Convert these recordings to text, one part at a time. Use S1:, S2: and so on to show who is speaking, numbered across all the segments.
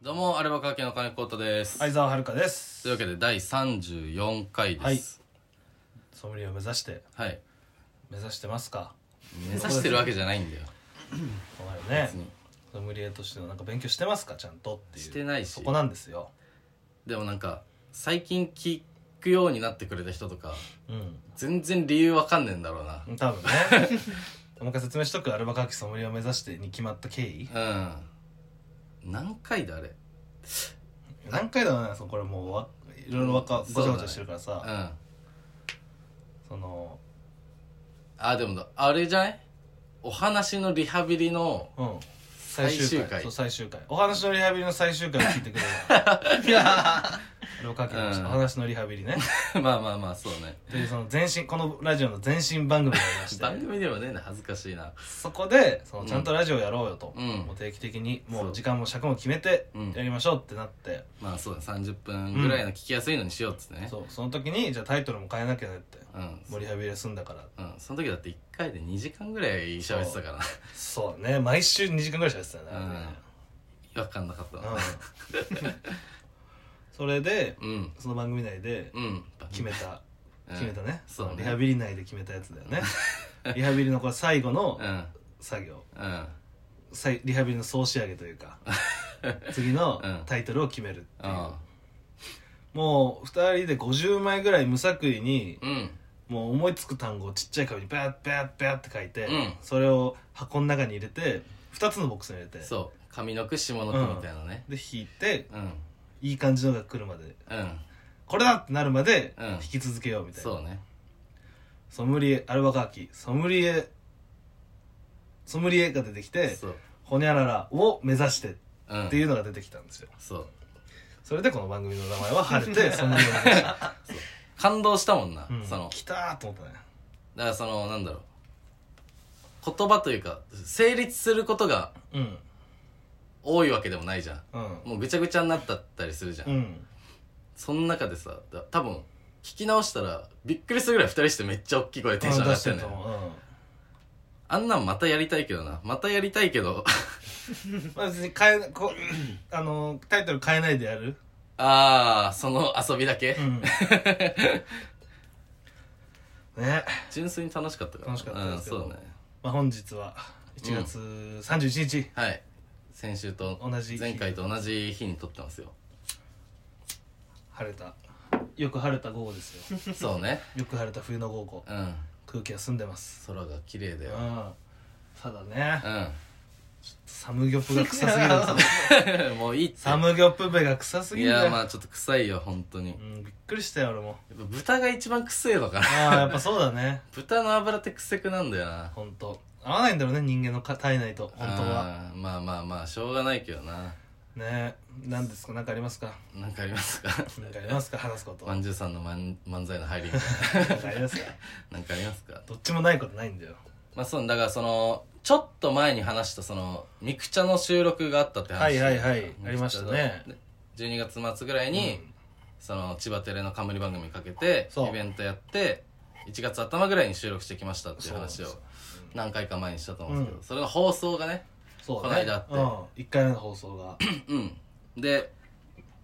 S1: どうも、アルバカーキの金子太です。
S2: 相沢遥です
S1: というわけで、第34回です。
S2: ソムリエを目指して
S1: はい。
S2: 目指してますか
S1: 目指してるわけじゃないんだ よ。
S2: お前ね
S1: 別に
S2: ソムリエとしてのなんか勉強してますかちゃんとっていう
S1: してないし
S2: そこなんですよ
S1: でもなんか、最近聞くようになってくれた人とか、
S2: うん
S1: 全然理由わかんねえんだろうな。
S2: 多分ねもう一回説明しとくアルバカーキソムリエを目指してに決まった経緯
S1: うん。何回だ、あれ。
S2: 何回だろうねそうこれもうわいろいろわか
S1: うん
S2: ごちゃごちゃしてるからさ
S1: うん。あ
S2: そ,、の
S1: ー、でもだ、あれじゃないお話のリハビリの、
S2: うん最
S1: 最
S2: 終
S1: 終
S2: 回
S1: 回
S2: そう最終回お話のリハビリの最終回を聞いてく れればアルバカーキのお話のリハビリね
S1: まあまあまあ、そうね。
S2: というその前身このラジオの前身番組がありまして
S1: 番組ではねえな、恥ずかしいな。
S2: そこでその
S1: うん
S2: ちゃんとラジオやろうよと、
S1: うん
S2: もう定期的にも
S1: そうう
S2: 時間も尺も決めて
S1: うん
S2: やりましょうってなって、
S1: まあそうだ、30分ぐらいの聞きやすいのにしようっつってね。
S2: そうその時にじゃあタイトルも変えなきゃねって
S1: うん。
S2: もうリハビリ済んだから
S1: うん、その時だって1回で2時間ぐらい喋ってたからな
S2: そうね毎週2時間ぐらい喋ってたよね、
S1: 分かんなかった
S2: うん
S1: な
S2: それで
S1: うん
S2: その番組内で
S1: うん
S2: 決めた、
S1: うん
S2: 決めたね
S1: そうね
S2: リハビリ内で決めたやつだよねリハビリのこれ最後の
S1: うん
S2: 作業、
S1: うん
S2: さいリハビリの総仕上げという か次の
S1: うん
S2: タイトルを決めるっていう、
S1: あ
S2: もう2人で50枚ぐらい無作為に
S1: あうん
S2: もう思いつく単語をちっちゃい紙にバーッバーッバーッって書いて、
S1: うん
S2: それを箱の中に入れて2つのボックスに入れて
S1: そう上の句下の句みたいなね
S2: で引いて
S1: うん
S2: いい感じのが来るまで
S1: うん
S2: これだってなるまで
S1: うん
S2: 引き続けようみたいな、
S1: そうね
S2: ソムリエアルバカーキソムリエソムリエが出てきて
S1: そう
S2: ホニャララを目指して
S1: うん
S2: っていうのが出てきたんですよ
S1: そう
S2: それでこの番組の名前は晴れてソムリエを目指した
S1: 感動したもんな
S2: う ん
S1: その
S2: 来たーと思ったね
S1: だからそのなんだろう言葉というか成立することが
S2: うん
S1: 多いわけでもないじゃん
S2: うん
S1: もうぐちゃぐちゃになったったりするじゃん
S2: うん
S1: その中でさだ多分聞き直したらびっくりするぐらい2人してめっちゃ大きい声でテンション上がってんのよ
S2: うんうん
S1: あんなんまたやりたいけどな。またやりたいけど。
S2: まあ、別に変えこ あのタイトル変えないでやる、
S1: あー、その遊びだけ、
S2: ん、ね
S1: 純粋に楽しかったから。
S2: 楽しかったですけど
S1: うん、そうね。
S2: まあ、本日は1月31日、
S1: はい。先週と、
S2: 同じ日
S1: 前回と同じ日に撮って ますよ。
S2: 晴れたよく晴れた午後です よ
S1: そうね。
S2: よく晴れた冬の午後
S1: うん。
S2: 空気は澄んでます
S1: 空が綺麗だ
S2: うん
S1: よ。
S2: ただね
S1: う
S2: サムギョプが臭 すぎるんですよ
S1: ん。 もういいって。
S2: サムギョプベが臭す
S1: い
S2: ぎるんだ
S1: や、
S2: よ、
S1: まあちょっと臭いよ、本当に。や
S2: うん、びっくりしたよ俺も
S1: っぱ豚が一番臭いのかな。
S2: ああやっぱそうだね
S1: 豚の脂って臭くなんだよな。
S2: 本当合わないんだろうね人間のか体内と本当は
S1: あー。まあまあまあ、しょうがないけどな。
S2: ね何ですか何かありますか
S1: なんかありますか
S2: 何かありますか話すこと
S1: まんじゅうさんのまん漫才の入りみたい
S2: なんかありますか
S1: な。なんかありますか
S2: どっちもないことないんだよ
S1: まあそうだからそのちょっと前に話したそのミクチャの収録があったって話
S2: はいはいはい
S1: ミクチャの
S2: ありましたね
S1: 12月末ぐらいに、
S2: うん
S1: その千葉テレの冠番組かけて
S2: そう
S1: イベントやって1月頭ぐらいに収録してきましたっていう話を
S2: そうなん
S1: 何回か前にしたと思うんですけど、
S2: うん
S1: それの放送がね
S2: そう
S1: この間あって
S2: うん、1回目の放送が
S1: うんで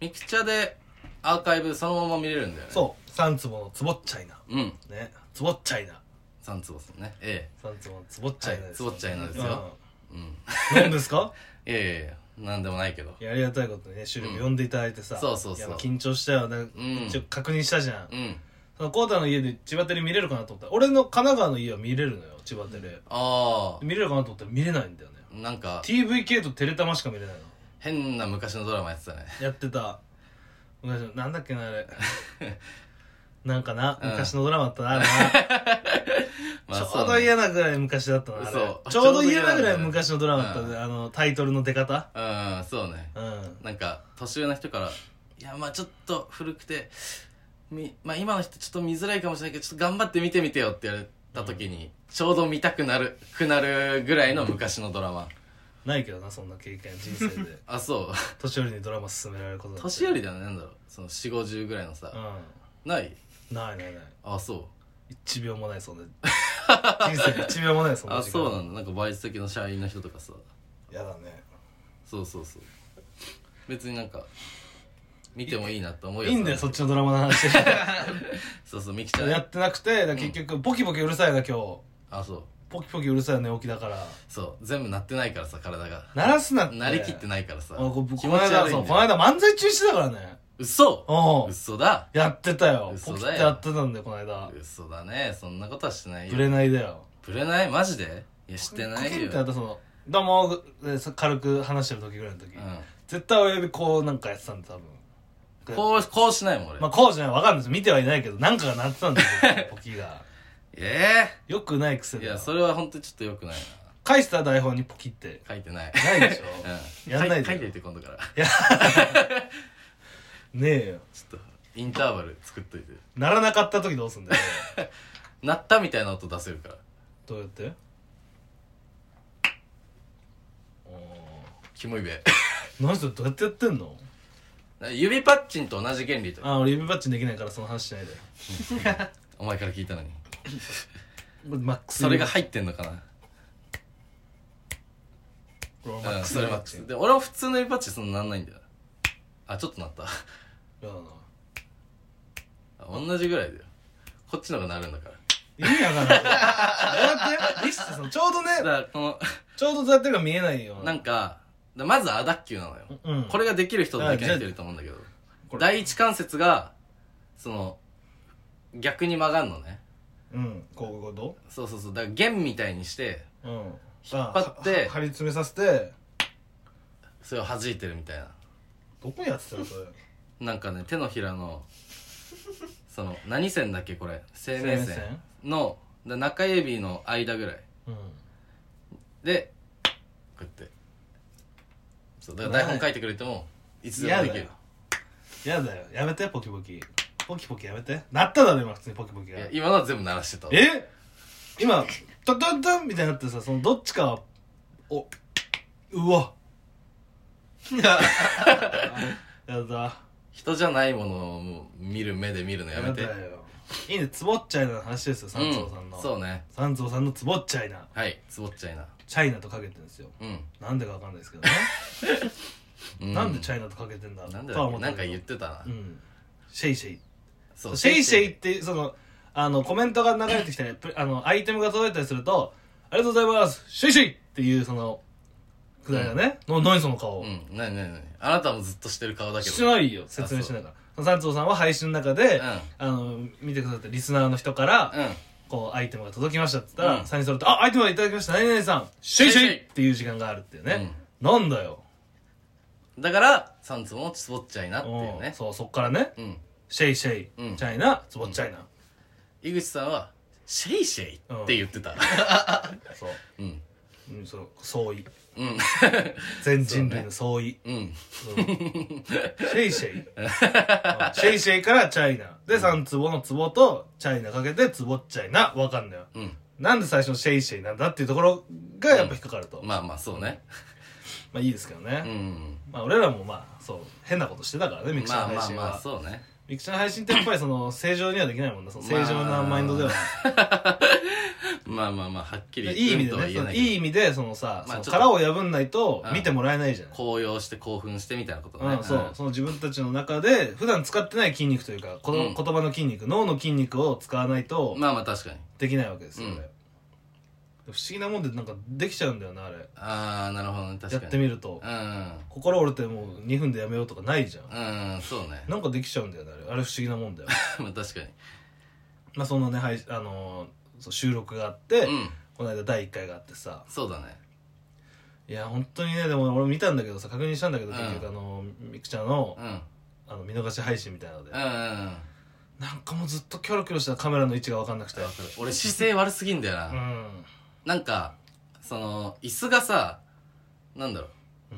S1: ミクチャでアーカイブそのまま見れるんだよね
S2: そう三坪のつぼっちゃいな
S1: うん
S2: ねつぼっちゃいな
S1: 三坪さんねえ
S2: 三坪のつぼっちゃいな
S1: は
S2: で
S1: い
S2: す
S1: つ
S2: よ、
S1: ぼっちゃいなですよえうん
S2: うん何ですか
S1: いやいやいやなんでもないけど
S2: いやありがたいことにね収録呼んでいただいてさ、
S1: うんそうそうそう
S2: いやまあ緊張したよね、
S1: ん
S2: 一応確認したじゃん、
S1: うん
S2: そのコータの家で千葉テレ見れるかなと思ったら俺の神奈川の家は見れるのよ千葉テレ、
S1: あ
S2: 見れるかなと思ったら見れないんだよね
S1: あなんか
S2: TVK とテレタマしか見れないの
S1: 変な昔のドラマやってた ね
S2: やってた昔のなんだっけな あれなんかな、
S1: うん
S2: 昔のドラマだったなあれな
S1: まあ
S2: ちょうど嫌なぐらい昔だったなあれ
S1: そう
S2: ちょうど嫌なぐらい昔のドラマだった
S1: うん
S2: であのタイトルの出方
S1: そうねうんそうね
S2: うん
S1: なんか年上の人から「いやまあちょっと古くてみ、まあ、今の人ちょっと見づらいかもしれないけどちょっと頑張って見てみてよ」って言われた時に、ちょうど見たくなるくなるぐらいの昔のドラマ
S2: ないけどなそんな経験人生 で
S1: あそう
S2: 年寄りにドラマ勧められることなんて
S1: 年寄りだねなんだろうその4 5 0ぐらいのさ、
S2: う
S1: ない
S2: んないないない
S1: あそ
S2: 一秒もないそんな 人生で一秒もないそ
S1: うん
S2: な
S1: あ
S2: 時間
S1: そうなんだなんかバイト先の社員の人とかさ
S2: やだね
S1: そうそうそう別になんか見てもいいなと思う
S2: い
S1: よ
S2: いんだよそっちのドラマの 話
S1: そうそうミキちゃ
S2: や
S1: ん
S2: ってなくてだから結局ポキポキうるさいな今日
S1: あそう
S2: ポキポキうるさい寝起きだから
S1: そう全部鳴ってないからさ体が
S2: 鳴らすなって
S1: 鳴りきってないからさ
S2: あこ
S1: 気持
S2: この
S1: ち
S2: 間
S1: 悪い
S2: そうんこ
S1: だ
S2: の
S1: よ
S2: 間漫才中止だからね
S1: 嘘
S2: うん
S1: 嘘だ
S2: やってたよ
S1: 嘘
S2: ポ
S1: だよ
S2: キってやってたんだよこの間
S1: 嘘だねそんなことはしてない
S2: ぶ
S1: よ
S2: れないだよ
S1: ぶれないマジでいやしてな
S2: コ
S1: い
S2: キン
S1: よ
S2: ってやったそのどうもでそ軽く話してる時ぐらいの時
S1: う
S2: 絶対親指こうなんかやってたんだ多
S1: ん
S2: 分
S1: こうこうしないもん俺、
S2: まあこうじゃないわかんないです見てはいないけどなんかが鳴ってたんだよ ポキが
S1: え
S2: よくない癖
S1: えい
S2: で
S1: やそれは本当にちょっとよくないな
S2: 返した台本にポキって
S1: 書いて ない
S2: ないでし ょ
S1: うん
S2: やんないで
S1: 書い書いといて今度から
S2: ねえよ
S1: ちょっとインターバル作っといて
S2: 鳴らなかった時どうすんだよ
S1: 鳴ったみたいな音出せるから
S2: どうやっておー
S1: キモい べ
S2: 何それどうやってやってんの
S1: 指パッチンと同じ原理と
S2: あ俺指パッチンできないからその話しないで
S1: お前から聞いたのに
S2: マックス
S1: それが入ってんのか
S2: これマ
S1: な
S2: ッ
S1: うん
S2: クス
S1: それマックスで俺も普通の指パッチンそんななんないんだよあちょっと鳴った
S2: やだな
S1: あ同じぐらいだよこっちの方が鳴るんだから
S2: 意味わかんないどうやってリスさんちょうどね
S1: だからこの
S2: ちょうどどうやってるか見えないよ
S1: なんかだまずアダッキューなのよ
S2: うん
S1: これができる人だけやってると思うんだけど
S2: これ
S1: 第一関節がその逆に曲がるのね
S2: うんこうこうど
S1: そうそうそうだから弦みたいにして
S2: ううん引っ
S1: 張って
S2: 張り詰めさせて
S1: それを弾いてるみたいな
S2: どこやってたのそれ
S1: なんかね手のひらのその何線だっけこれ生命線のだ中指の間ぐらい
S2: うん
S1: でこうやってそうだから台本書いてくれてもいつでもできる
S2: やだよやめてポキポキポキポキやめてなっただろ今普通にポキポキ
S1: い
S2: が
S1: や今のは全部鳴らしてた
S2: え今ドンドンドンみたいになってさそのどっちかはおうわ やだ
S1: 人じゃないものをもう見る目で見るのやめて
S2: だよいいねつぼっちゃいなの話ですよ
S1: う
S2: 三
S1: ん
S2: 蔵さんの、
S1: そうね
S2: 三蔵さんのつぼっちゃいな
S1: はいつぼっちゃいな
S2: チャイナとかけてるんですよ
S1: うん
S2: なんでかわかんないですけどね、
S1: う
S2: なんでチャイナとかけてんだ
S1: なんで
S2: とは
S1: だっ
S2: 思
S1: け
S2: っ
S1: な
S2: た
S1: ん
S2: け
S1: か
S2: ど
S1: 言ってたな、
S2: うんシェイシェイ
S1: そ
S2: シェイシェイっ
S1: イ
S2: てそのあのコメントが流れてきたりプレあのアイテムが届いたりすると「ありがとうございますシェイシェイ!」っていうそのくだりがね、な何その顔、
S1: うんなになになにあなたもずっとしてる顔だけど
S2: してないよ説明しながら三蔵さんは配信の中で、
S1: うん
S2: あの見てくださったリスナーの人から、
S1: うん
S2: こうアイテムが届きましたって言ったら、
S1: うん
S2: 3人揃って「あアイテムがいただきました何々さんシェイシェイ!
S1: シェイシェイ」
S2: っていう時間があるっていうね、なんだよ
S1: だから三つもつぼっちゃいなっていう
S2: うん
S1: ね
S2: そうそっからね
S1: うん
S2: 「シェイシェイ、
S1: うん
S2: チャイナツボチャイナ」
S1: 井口さんはシェイシェイって言ってた
S2: そう、
S1: うん
S2: うん、そう相違
S1: うん
S2: 全人類の相違
S1: うん
S2: うんシェイシェイうんシェイシェイからチャイナで3坪の壺とチャイナかけて壺っちゃいなわかんないよ
S1: うん
S2: なんで最初のシェイシェイなんだっていうところがやっぱ引っかかると、ま
S1: まあまあそうね
S2: あいいですけどね、
S1: うん
S2: まあ俺らもまあそう変なことしてたからねミクち
S1: ま
S2: ゃ
S1: あ
S2: んの
S1: ま
S2: 配
S1: あ
S2: 信は、
S1: まあそうね
S2: ミクちゃんの配信ってやっぱりその正常にはできないもんなその正常なマインドでは、
S1: まあまあまあはっきり
S2: いい意味で
S1: うんとは言
S2: ね
S1: え
S2: そ
S1: な
S2: の
S1: い
S2: いい
S1: け
S2: 意味でそのさ、
S1: まあちょ
S2: その
S1: っと
S2: 殻を破んないと
S1: うん
S2: 見てもらえないじゃな
S1: ど、
S2: い
S1: 高揚して興奮してみたいなこと
S2: うん
S1: ね
S2: そうその自分たちの中で普段使ってない筋肉というかこの
S1: うん
S2: 言葉の筋肉、脳の筋肉を使わないと
S1: うんまあまあ確かに
S2: できないわけですよ、
S1: うん
S2: これ不思議なもんでなんかできちゃうんだよなあれ
S1: ああなるほどね確
S2: や
S1: かに
S2: ってみると
S1: うん
S2: 心折れてもう2分でやめようとかないじゃん、
S1: うんそうね
S2: なんかできちゃうんだよねあれあれ不思議なもんだよ
S1: まあ確かに
S2: まあそのね、はいあのーそう収録があって、
S1: うん
S2: この間第1回があってさ
S1: そうだね
S2: いや本当にねでも俺見たんだけどさ確認したんだけど
S1: うん
S2: 結局、あのミクちゃんの
S1: うん
S2: あの見逃し配信みたいなので、
S1: うんうんうん
S2: なんかもうずっとキョロキョロしたカメラの位置が分かんなくて
S1: わかる俺姿勢悪すぎんだよな、
S2: うん
S1: なんかその椅子がさなんだろう
S2: う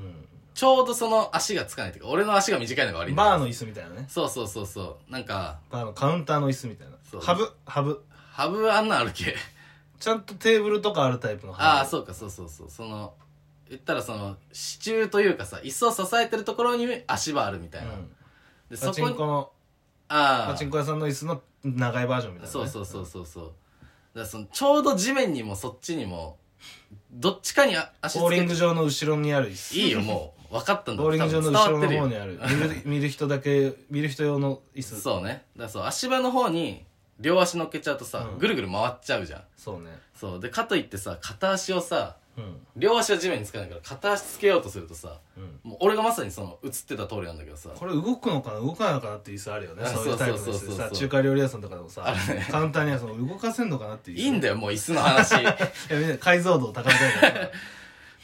S1: ちょうどその足がつかないっていうか俺の足が短いのが悪い
S2: ん
S1: んだよ
S2: バーの椅子みたいなね
S1: そうそうそうそうなんか
S2: バーのカウンターの椅子みたい
S1: そ
S2: な
S1: う
S2: ハブハブ
S1: ハブあんなんあるけ
S2: ちゃんとテーブルとかあるタイプの
S1: ああ
S2: う
S1: そうかそうそうそうその言ったらその支柱というかさ椅子を支えてるところに足場あるみたいな、
S2: ん、
S1: で
S2: パ
S1: そ
S2: チン
S1: こ
S2: コ
S1: に
S2: の
S1: あ
S2: パ
S1: あ
S2: チンコ屋さんの椅子の長いバージョンみたいな、ね、
S1: そうそうそうそうそうだからそのちょうど地面にもそっちにもどっちかにあ足つ
S2: ボーリ
S1: け
S2: ング場の後ろにある椅子
S1: いいよもう分かったんだ
S2: ボーリング場の
S1: 多分
S2: 後ろ
S1: 伝わ
S2: の
S1: ってる
S2: 方
S1: よ
S2: にある見る見る人だけ見る人用の椅子
S1: そうねだからそう足場の方に両足乗っけちゃうとさ、
S2: うん
S1: ぐるぐる回っちゃうじゃん
S2: そうね
S1: そうでかといってさ片足をさ
S2: うん
S1: 両足は地面につかないから片足つけようとするとさ
S2: うん
S1: もう俺がまさにその映ってた通りなんだけどさ
S2: これ動くのかな動かないのかなっていう椅子あるよね
S1: あ
S2: そういうタイプの
S1: そう
S2: 椅
S1: そうそう
S2: 子
S1: そう
S2: さ中華料理屋さんとかでも
S1: あ
S2: さ
S1: るね
S2: 簡単にはその動かせんのかなっていう椅子
S1: いいんだよもう椅子の話
S2: いやみんな解像度を高めたいから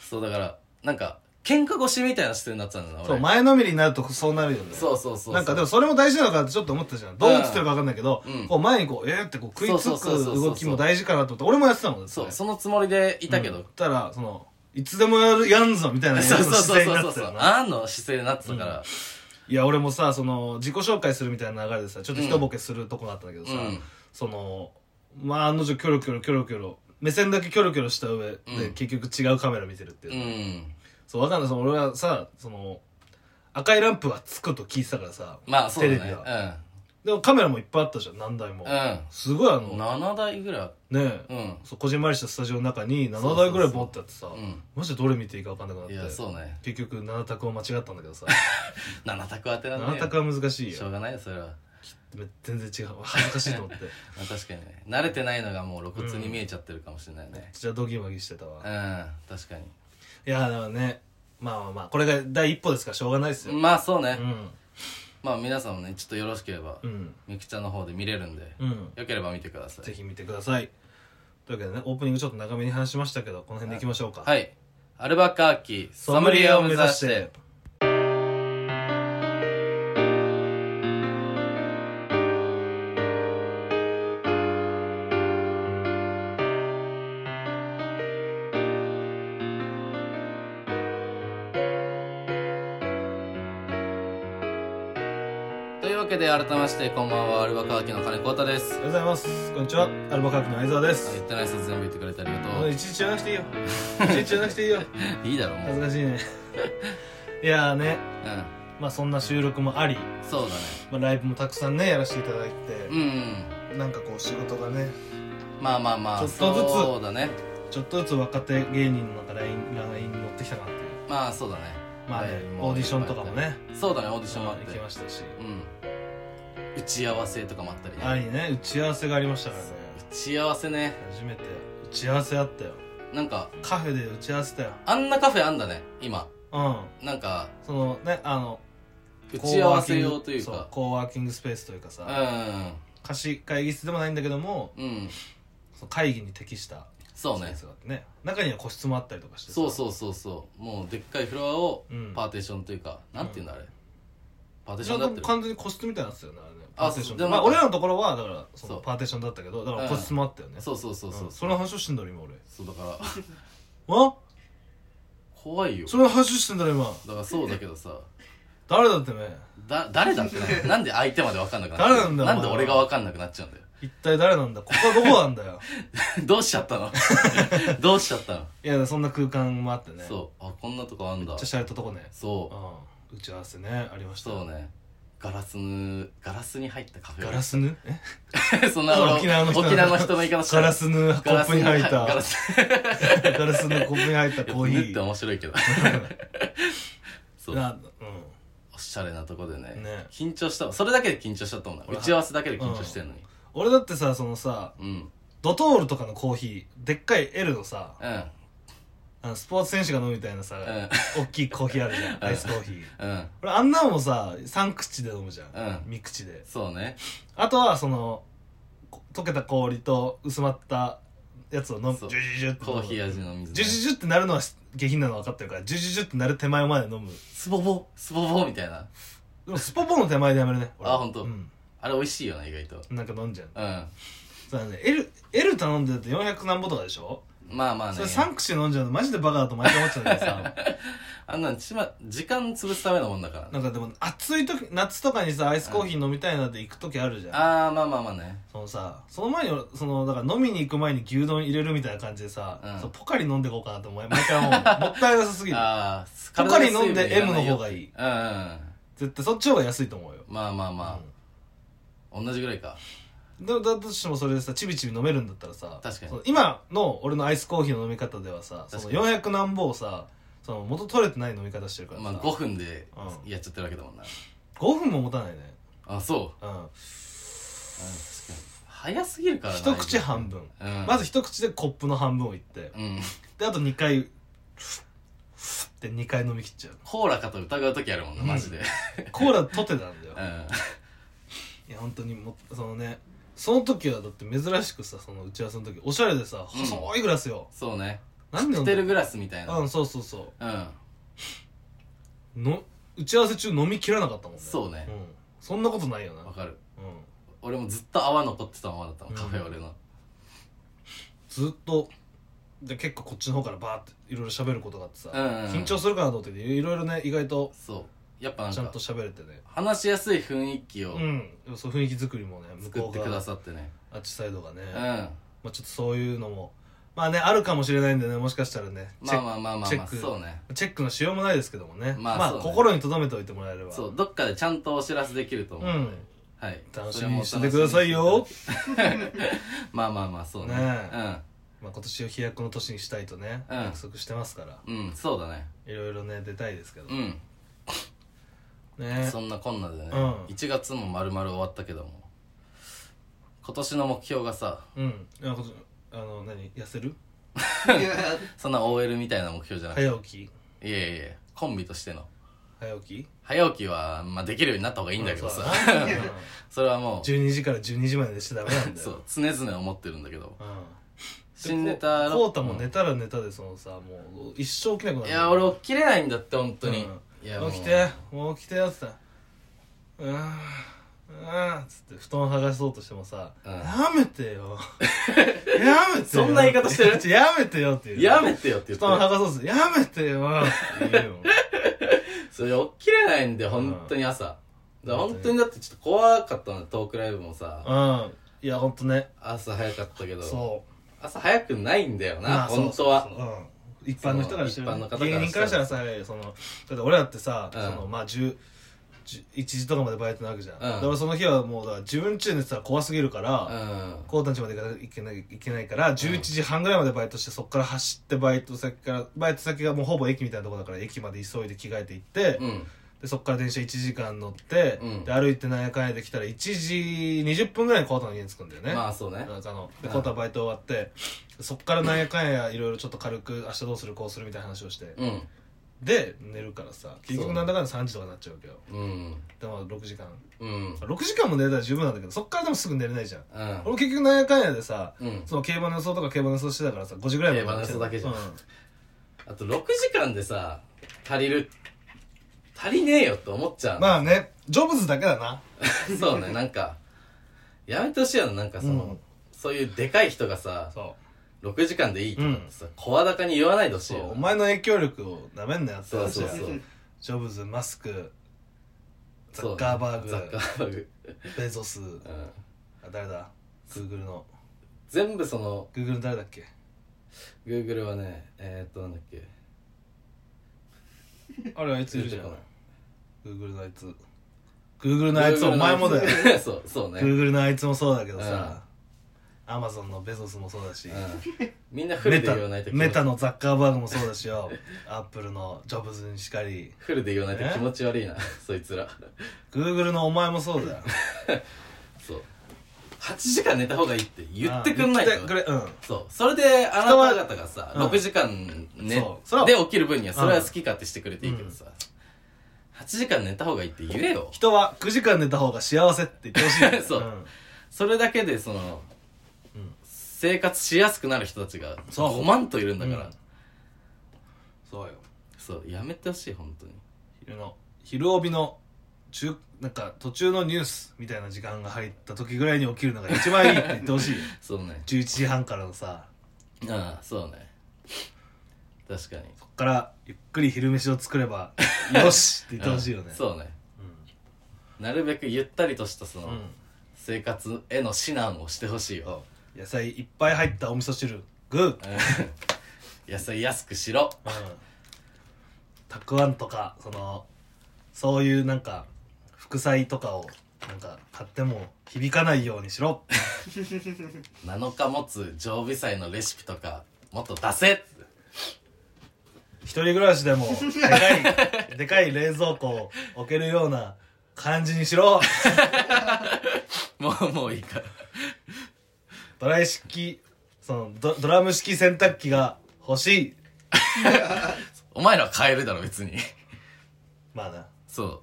S1: そうだからなんか喧嘩腰みたいな姿勢になってたんだな俺
S2: そう前のめりになるとそうなるよね
S1: そうそうそうそう
S2: なんかでもそれも大事なのかなってちょっと思ったじゃんどう映ってるか分かんないけど、
S1: うん
S2: こう前にこうえーってこう食いつ
S1: そうそうそうそう
S2: く
S1: そう
S2: 動きも大事かなと思って俺もやってたもんね
S1: そう
S2: そ
S1: そのつもりでい
S2: れ
S1: たけど、
S2: うんたらそのいつでもやるやんぞみたいな
S1: そうそう
S2: 姿
S1: そう
S2: 勢に
S1: そう
S2: な
S1: そう
S2: ってたよな
S1: あんの姿勢になってたから、
S2: いや俺もさその自己紹介するみたいな流れでさちょっと一ボケするとこがあったんだけどさ、
S1: うん
S2: そのまあ案の定キョロキョロキョロキョロ目線だけキョロキョロした上で、
S1: うん
S2: 結局違うカメラ見てるっていうう、
S1: ん
S2: そうわかんないその俺はさその赤いランプはつくと聞いてたからさ
S1: まあそうだ
S2: テレビ
S1: ね
S2: でもカメラもいっぱいあったじゃん何台も、
S1: う
S2: すごいあ
S1: んうん
S2: の
S1: 7台ぐら
S2: ねえ
S1: いうん
S2: そうこじんまりしたスタジオの中に
S1: そうそ
S2: 7
S1: うそう
S2: 台ぐらいボンってあってさ
S1: うん
S2: マジでどれ見ていいか分かんなくなっ
S1: い
S2: て
S1: やそうね
S2: 結局7択を間違ったんだけどさ
S1: 7択当てらんね
S2: 7
S1: え
S2: 択は難しい
S1: よしょ
S2: よ
S1: うがないよそれは
S2: め全然違う恥ずかしい と思って
S1: まあ確かにね慣れてないのがもう露骨に見えちゃってるかもしれないね
S2: じゃあドギマギしてたわ、
S1: う
S2: い
S1: ん確か
S2: やだからねまあまあまあこれが第一歩ですからしょうがないですよ
S1: にまあそうね
S2: うん
S1: まあ皆さんもねちょっとよろしければ
S2: うん
S1: みくちゃんの方で見れるんで
S2: うん
S1: よければ見てくださ
S2: ぜ
S1: い
S2: ひ見てくださいというわけでねオープニングちょっと長めに話しましたけどこの辺でいきましょうか
S1: はいアルバカーキ
S2: ソ
S1: ソ
S2: ム
S1: ム
S2: リ
S1: リ
S2: エ
S1: エ
S2: を
S1: を
S2: 目
S1: 目
S2: 指
S1: 指
S2: し
S1: しててというわけで改めましてこんばんはアルバカーキの金子太です
S2: ありがとうございますこんにちはアルバカーキの相沢です、
S1: 言ってない人全部言ってくれてありが
S2: もういちいち言わなくていいよいちいち言わなくていいよ
S1: とう いいだろも
S2: 恥
S1: う
S2: ずかしいねいやーね
S1: う
S2: まあそんな収録もあり、
S1: んそうだね
S2: まあ、ライブもたくさんねやらせていただいて、
S1: うん
S2: なんかこう仕事がね
S1: まあまあまあ
S2: ちょっとずつ
S1: そうだね
S2: ちょっとずつ若手芸人のなんかラインラインに乗ってきたなっていう
S1: まあそうだね
S2: まあね
S1: ライブも
S2: オーディションとかもね
S1: そうだねオーディションもあっ
S2: 行
S1: て
S2: きましたし、
S1: うん打ち合わせとかもあったりね
S2: ありね打ち合わせがありましたからね
S1: 打ち合わせね
S2: 初めて打ち合わせあったよ
S1: なんか
S2: カフェで打ち合わせたよ
S1: あんなカフェあんだね今
S2: うん
S1: なんか
S2: そのねあの
S1: 打ち合わせ用という
S2: そう
S1: か
S2: コーワーキングスペースというかさ、
S1: う
S2: 貸し会議室でもないんだけども
S1: んうん
S2: その会議に適した
S1: そうね
S2: スペースがあってね中には個室もあったりとかしてさ
S1: そうそうそうそうもうでっかいフロアを
S2: うん
S1: パーテーションというかなんていうんだあれパーテー
S2: じ
S1: シ
S2: ゃ
S1: ョ
S2: あ
S1: ンだって
S2: でも
S1: る
S2: 完全に個室みたいなやつだよねあれね
S1: あ
S2: パーテーション
S1: でも
S2: まあ俺らのところはだからその
S1: そう
S2: パーテーションだったけどだか
S1: う
S2: ら
S1: ん
S2: 個室もあったよね
S1: そうそうそうそう
S2: うんその話をしてんだろ今俺
S1: そうだから
S2: あ
S1: 怖いよ
S2: その話してんだろ今
S1: だからそうだけどさ
S2: 誰だってめ
S1: だ誰だって ななんで相手まで分かんなくなっちゃう
S2: 誰なんだよ
S1: なんで俺が分かんなくなっちゃうんだよ
S2: 一体誰なんだここはどこなんだよ
S1: どうしちゃった のどうしちゃったの、
S2: いやそんな空間もあってねう
S1: そうあこんなとこあんだ
S2: じゃしゃれたとこね
S1: そう
S2: うん打ち合わせねありました
S1: そうねガラスぬガラスに入ったカフェ
S2: ガラスぬえ
S1: スそんなあの
S2: 沖縄の人の
S1: 沖縄の人の言い方し
S2: ガラ
S1: ス
S2: スぬコップに入った
S1: ガラ
S2: ガ
S1: ス
S2: ラスぬコップに入ったコーヒ
S1: ぬって
S2: ー
S1: 面白いけど そう
S2: な
S1: おしゃれなとこでね
S2: うんね
S1: 緊張したわそれだけで緊張しちゃったもんな
S2: 俺
S1: 打ち合わせだけで緊張してんのに
S2: 俺だってさそのさ
S1: うんうん
S2: ドトールとかのコーヒーでっかい L のさあのスポーツ選手が飲むみたいなさ、大きいコーヒーあるじゃんアイスコーヒー
S1: うんうん
S2: 俺あんなんもさ3口で飲むじゃん、
S1: うん
S2: 3口で
S1: そうね
S2: あとはそのこ溶けた氷と薄まったやつを飲むジ
S1: そ
S2: ュ
S1: う
S2: ジュジュって飲
S1: コ
S2: む
S1: ーヒー味の水ね
S2: ジュジュジュってなるのは下品なの分かってるからジュジュジュってなる手前まで飲む
S1: スボボスボボみたいな
S2: でもスポポの手前でやめるね俺
S1: あほんと
S2: うん
S1: あれ美味しいよな意外と
S2: なんか飲んじゃう
S1: うん
S2: そうだね L, L 頼んでると400何ぼとかでしょ、
S1: まあまあね
S2: それ3口飲んじゃうのマジでバカだと毎回思っちゃうんだけどさ
S1: あんなんちま時間潰すためのもんだから
S2: なんかでも暑い時夏とかにさアイスコーヒー飲みたいなって行く時あるじゃん
S1: ああまあまあまあね
S2: そのさその前に俺そのだから飲みに行く前に牛丼入れるみたいな感じでさ、
S1: うん
S2: そうポカリ飲んでこうかなと思う毎回 思うもったいなさすぎる
S1: ああ
S2: ポカリ飲んで M の方がいい
S1: うんうんうん
S2: 絶対そっちの方が安いと思うよ
S1: まあまあまあ同じぐらいか
S2: うんでもだとしてもそれでさちびちび飲めるんだったらさ
S1: 確かに
S2: その今の俺のアイスコーヒーの飲み方ではさその
S1: 確か
S2: 400何本をさその元取れてない飲み方してるから
S1: ま
S2: さ
S1: あ、5分で
S2: うん
S1: やっちゃってるわけだもんな、
S2: 5分も持たないね
S1: あそう
S2: うん
S1: あ確かに早すぎるからな
S2: 一口半分
S1: うん
S2: まず一口でコップの半分をいって
S1: うん
S2: であと2回で2回飲み切っちゃう
S1: コーラかと疑う時あるもんなマジで
S2: コーラ取ってたんだよ
S1: うん
S2: いや本当にもうそのねその時はだって珍しくさその打ち合わせの時おしゃれでさ
S1: うん
S2: 細いグラスよ、
S1: そうね
S2: なん、
S1: カク
S2: 何
S1: テ
S2: で飲
S1: ル
S2: ん
S1: グ
S2: だ
S1: ラスみたいな
S2: うんそうそうそ
S1: うん
S2: うの打ち合わせ中飲み切らなかったもんね
S1: そうね
S2: ん、そんなことないよな
S1: わかる
S2: うん、
S1: 俺もずっと泡残ってたままだったもん
S2: うん
S1: カフェオレの
S2: ずっとで結構こっちの方からバーっていろいろ喋ることがあってさ、
S1: うんうんうん
S2: 緊張するかなと思っていろいろね意外と
S1: そうやっぱなん
S2: ちゃん
S1: か
S2: と喋れてね
S1: 話しやすい雰囲気を
S2: うんそう雰囲気作りもね向
S1: 作
S2: こ
S1: っ
S2: う
S1: てく
S2: 側
S1: ださってね
S2: あっちサイドがね、
S1: うん
S2: まあ、ちょっとそういうのもまあねあるかもしれないんでねもしかしたらねチ
S1: ま
S2: ェ
S1: あまあまあまあ
S2: チェ
S1: ま
S2: ッ
S1: あ
S2: ク
S1: そうね
S2: チェックのしようもないですけどもね。
S1: ま
S2: ま
S1: あ
S2: あ、
S1: そうね
S2: 心に留めておいてもらえれば。
S1: そうどっかでちゃんとお知らせできると思
S2: う
S1: う、
S2: ん。
S1: はい
S2: 楽
S1: そ
S2: し
S1: れ
S2: み
S1: もお
S2: にしててくださいよ。
S1: まあまあまあそうね
S2: ねまあ、今年を飛躍の年にしたいとね、
S1: うん
S2: 約束してますから。
S1: うんうんそうだね
S2: いろいろね、出たいですけど
S1: う。ん
S2: ね
S1: そんなこんなでね、
S2: うん
S1: 1月も丸々終わったけども今年の目標がさ
S2: うん。いや今年あの、何痩せる
S1: そんな OL みたいな目標じゃなくて
S2: 早起き
S1: いやいやいやコンビとしての
S2: 早起き
S1: 早起きは、まあ、できるようになった方がいいんだけどさ、
S2: うんそう だな
S1: それはもう
S2: 12時から12時まででしちゃダメなんだよ。
S1: そう常々思ってるんだけど
S2: うん。
S1: 新ネタ
S2: こうこうたも寝たら寝たで、そのさ、もう、一生起きなくなる。
S1: いや俺起きれないんだって本当に、
S2: う
S1: いやもう
S2: 起きてもう起きてやつだうーんうーんつって布団剥がそうとしてもさ、
S1: うん
S2: やめて よやめてよ
S1: そんな言い方してる
S2: ちょ やめてよっていう
S1: やめてよって言って
S2: 布団剥がそうとしてやめてよって言うよ
S1: それ起きれないんで本当に朝、だから本当にだってちょっと怖かったのトークライブもさ、
S2: うんいやほんとね
S1: 朝早かったけど
S2: そ
S1: 朝早くないんだよ
S2: う
S1: な、
S2: まあ
S1: 本当は
S2: そうそうそううん一般の人からして
S1: そ
S2: る
S1: の一般の方からしたら
S2: 芸人からしたらさそのだって俺だってさ、
S1: うん
S2: そのまあ10 1時とかまでバイトなわけじゃん、
S1: ん
S2: だからその日はもうだから自分中でさ怖すぎるから、
S1: うん
S2: コータンチまで行かなきゃいけないいけないから11時半ぐらいまでバイトしてそこから走ってバイト先からバイト先がもうほぼ駅みたいなとこだから駅まで急いで着替えて行って、
S1: うん
S2: でそこから電車1時間乗って、
S1: うん
S2: で歩いてなんやかんやできたら1時20分ぐらいにコータンの家に着くんだよね、
S1: まあそうね
S2: なんかあの
S1: う
S2: で
S1: ん
S2: コータンバイト終わってそこからなんやかんやいろいろちょっと軽く明日どうするこうするみたいな話をして、
S1: うん
S2: で寝るからさ結局なんだかんだ3時とかになっちゃうわけよ
S1: うん
S2: でも6時間
S1: うん
S2: 6時間も寝たら十分なんだけどそこからでもすぐ寝れないじゃん
S1: うん
S2: 俺も結局なんやかんやでさ、
S1: うん
S2: その競馬の予想とか競馬の予想してたからさ5時ぐらいまで
S1: 競馬の予想だけじゃん
S2: うん
S1: あと6時間でさ足りる足りねえよって思っちゃう、
S2: まあねジョブズだけだな
S1: そうねなんかやめてほしいよななんかその、
S2: うん
S1: そういうでかい人がさ
S2: そ
S1: 6時間でいいとかってさ声高に言わないでほしいよな
S2: お前の影響力をなめんなよって
S1: そう
S2: 話
S1: そう
S2: だ
S1: そ
S2: よ
S1: う
S2: ジョブズマスクザ
S1: そう
S2: ッカーバーグ
S1: ザッカーバーグ、
S2: ベゾス
S1: うん、
S2: あ誰だグーグルの
S1: 全部その
S2: グーグルの誰だっけ
S1: Google はねえー、っとなんだっけ
S2: あれあいついるじゃん
S1: 出てこ
S2: グーグルのあいつグーグルのあいつ
S1: Google
S2: お前もだよ
S1: よ そうそう
S2: グ
S1: ね、
S2: ーグルのあいつもそうだけどさアマゾンのベゾスもそうだし、
S1: うんみんなフル
S2: メ
S1: で
S2: タ
S1: 言わないと気持ち
S2: メタのザッカーバーグもそうだしよアップルのジョブズにしかり
S1: フルで言わないと気持ち悪いなそいつら
S2: Google のお前もそうだよ
S1: そう8時間寝た方がいいって 言ってくんない
S2: 言って
S1: と
S2: くれうん
S1: そうそれであなた方がさ
S2: 人はうん
S1: 6時間寝
S2: そうそれは
S1: で起きる分にはそれは好き勝手してくれていいけどさ8時間寝た方がいいって言えよ
S2: 人は9時間寝た方が幸せって言ってほしいんだよ
S1: そうそれだけでその
S2: うん
S1: 生活しやすくなる人たちが
S2: そう
S1: 5万といるんだか
S2: う
S1: ら
S2: んそうよ
S1: そうやめてほしい本当に
S2: 昼の昼帯の中なんか途中のニュースみたいな時間が入った時ぐらいに起きるのが一番いいって言って ほしいよ
S1: そうね
S2: 11時半からのさ
S1: ああそうね確かに
S2: そっからゆっくり昼飯を作ればよしって言ってほしいよね、
S1: うんそうねなるべくゆったりとしたその、
S2: うん、うん
S1: 生活への指南をしてほしいよ
S2: 野菜いっぱい入ったお味噌汁グー、うん、
S1: 野菜安くしろ
S2: たくあんとかそのそういうなんか副菜とかをなんか買っても響かないようにしろ
S1: 7日持つ常備菜のレシピとかもっと出せ
S2: 一人暮らしでも、でか い、でかい冷蔵庫を置けるような感じにしろ。
S1: もうもういいから
S2: ドライ式、そのド、ドラム式洗濯機が欲しい。
S1: お前らは買えるだろ別に
S2: まあな。
S1: そう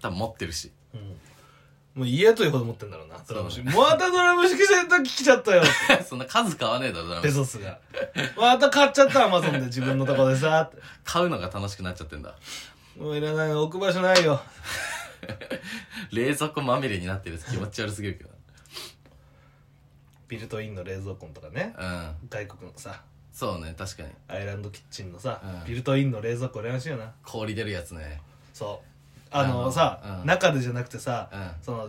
S1: 多分持ってるし
S2: うん。もう家というほど持ってんだろうな、ドラム
S1: そう
S2: 式。またドラム式洗濯機来ちゃったよ。
S1: そんな数買わねえだろドラム
S2: ベゾスが。また買っちゃった、アマゾンで自分のとこでさ。って
S1: 買うのが楽しくなっちゃってんだ
S2: もういらない、置く場所ないよ。
S1: 冷蔵庫まみれになってるやつ気持ち悪すぎるけど
S2: ビルトインの冷蔵庫とかね。
S1: うん
S2: 外国のさ、
S1: そうね確かに
S2: アイランドキッチンのさ、
S1: うん
S2: ビルトインの冷蔵庫羨ましいよな。
S1: 氷出るやつね
S2: そう。あの
S1: あの
S2: さ、
S1: うん
S2: 中でじゃなくてさ、
S1: うん
S2: その、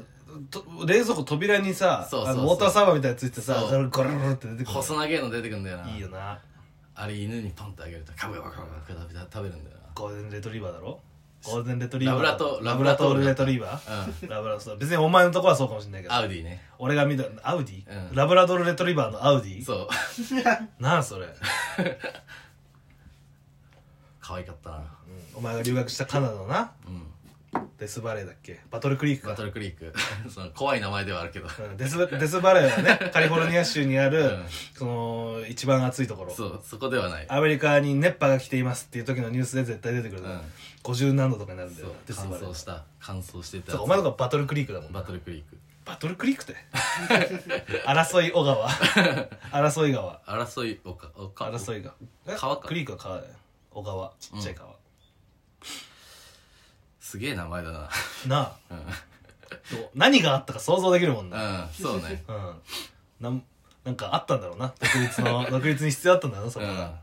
S2: と冷蔵庫扉にさ
S1: そうそう
S2: あ
S1: そう
S2: のウォーターサーバーみたいについてさ
S1: そう
S2: ゴロゴロゴロって出てくる
S1: 細長いの出てくんだよない
S2: いよな
S1: あれ犬にパンってあげるとカブカブカブカブ食べるんだよ
S2: ゴールデンレトリーバーだろゴールデンレトリーバー
S1: ラブラト
S2: ラブラトールレトリーバー
S1: なうん
S2: ラブラそう別にお前のとこはそうかもしれないけど
S1: アウディね
S2: 俺が見たアウディ、
S1: うん
S2: ラブラドールレトリーバーのアウディ
S1: そう
S2: なあそれ、うん
S1: 可愛かったな
S2: お前が留学したカナダのな
S1: うん
S2: デスバレーだっけバトルクリーク
S1: バ
S2: か
S1: トルクリークその怖い名前ではあるけど
S2: うんデスデスバレー はねカリフォルニア州にある、
S1: うん
S2: その一番暑いところ
S1: そうそこではない
S2: アメリカに熱波が来ていますっていう時のニュースで絶対出てくる、
S1: うん
S2: 50何度とかになるんだ
S1: そ
S2: よ
S1: う
S2: なデス
S1: 乾
S2: バレ
S1: 燥
S2: ー
S1: した乾燥してたやつ
S2: そうかお前のとこはバトルクリークだもんな
S1: バトルクリーク
S2: バトルクリ ークって争い小川争い川
S1: 争いおかおか
S2: 争いがえ
S1: 川か
S2: クリークは川だよ小川ちっちゃい川、
S1: すげえ名前だな
S2: なあ、どう何があったか想像できるもんな
S1: うんそうね
S2: うん、なんなんかあったんだろうな独立の 独立に必要あったんだろうな そうこ
S1: んう
S2: が、
S1: ん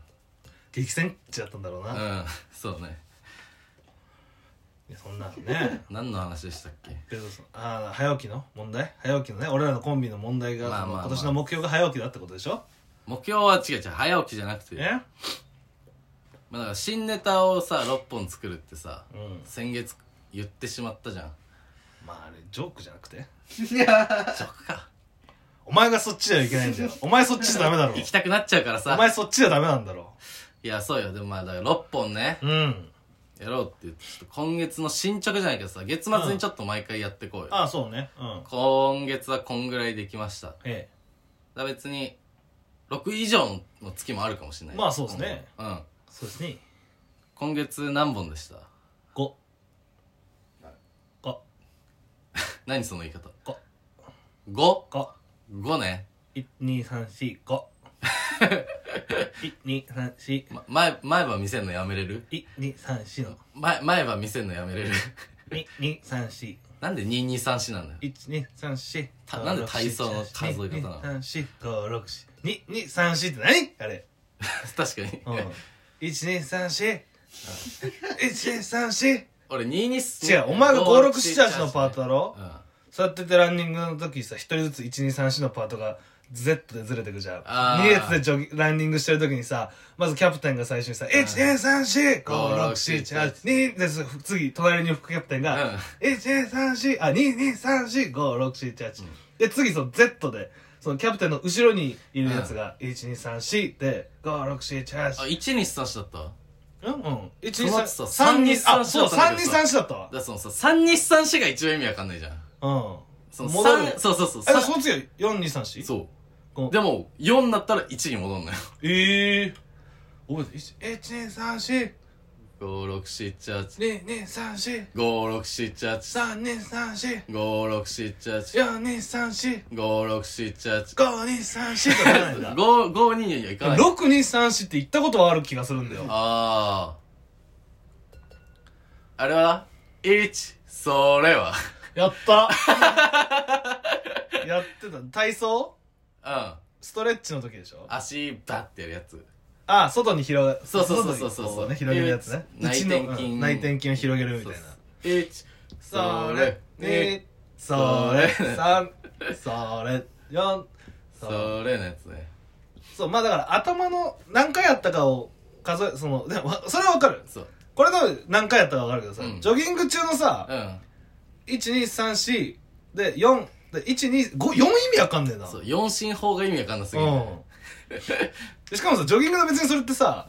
S2: 激戦地だったんだろうな、い
S1: そうね
S2: やそんなのね
S1: 何の話でしたっけ
S2: けどそのああ早起きの問題早起きのね俺らのコンビの問題が、
S1: まあまあまあ
S2: 今年の目標が早起きだってことでしょ
S1: 目標は違う違う早起きじゃなくて
S2: え
S1: まあ、だから新ネタをさ6本作るってさ、
S2: うん
S1: 先月言ってしまったじゃん
S2: まああれジョークじゃなくて
S1: ジョークか
S2: お前がそっちじゃいけない んだよお前そっちじゃダメだろ
S1: 行きたくなっちゃうから
S2: お
S1: さ
S2: 前そっちじゃダメなんだろ
S1: いやそうよでもまあだから6本ね
S2: うん
S1: やろうって言ってちょっと今月の進捗じゃないけどさ月末にちょっと毎回やってこうよ、
S2: ああそうねうん
S1: 今月はこんぐらいできましただか
S2: ええ
S1: ら別に6以上の月もあるかもしれない
S2: まあそうですね
S1: うん、うん
S2: そうですね
S1: 今月何本でした
S2: 5五
S1: 何その言い方
S2: 五
S1: 5?5
S2: 五
S1: ね、
S2: 一二三四 五一二三四
S1: ま、前前歯見せんのやめれる
S2: 一二三四の
S1: 前前歯見せんのやめれる
S2: 二二三四
S1: なんで2234なんだよ
S2: 一二三四
S1: たなんで体操の数え方なの
S2: 二二三四五六七二二三四って何あれ
S1: 確かに、
S2: うん一二三四一二三四
S1: 俺22
S2: 違うお前が五六七八のパートだろ
S1: うんあ
S2: そうやっててランニングの時さ一人ずつ1234のパートが Z でずれてくじゃん
S1: あー
S2: 2列でジョギランニングしてる時にさまずキャプテンが最初にさ123456782です次隣に副キャプテン
S1: う
S2: が
S1: ん
S2: 1234あ223456788で次その Z でそのキャプテンの後ろにいるやつが1234で5678
S1: 1234だったわ
S2: うんうん
S1: その後さ三二
S2: 123
S1: 三
S2: あ
S1: 四
S2: そう3234だったわ
S1: だからそのさ3234が一番意味わかんないじゃん
S2: うん
S1: その
S2: 戻る
S1: 三そうそうそう
S2: え
S1: 三
S2: その次は4234
S1: そう
S2: こう
S1: でも4になったら1に戻んのよ
S2: ええ覚えて1 2 3
S1: 567856783
S2: 4 2 2 3 4 3 2 3 4
S1: 5678
S2: 4 2 3 4
S1: 5678
S2: 5 2 3 4とかじゃないんだ
S1: 5二にはい かない
S2: 6 2 3 4って言ったことはある気がするんだよ
S1: あああれは1それは
S2: やったやってた体操
S1: うん
S2: ストレッチの時でしょ
S1: 足バッてやるやつ
S2: あ外に広が
S1: そうそうそうそうそう
S2: 外にこね広げるやつね
S1: 内
S2: 内の
S1: 転筋
S2: うん内転筋を広げるみたいな
S1: 1それ
S2: ね
S1: ね
S2: それ三それ四
S1: それのやつね
S2: そう、まあだから頭の何回やったかを数え、その、でもわそれはわかる。
S1: そう
S2: これ多分何回やったかわかるけどさ、
S1: うん
S2: ジョギング中の
S1: う
S2: さ、
S1: ん
S2: 1、2、3、4、で、4、で、1、2、5、4意味わかんねえな。
S1: そう四進法が意味わかんなすぎ
S2: う
S1: る
S2: ん。でしかもさジョギングの別にそれってさ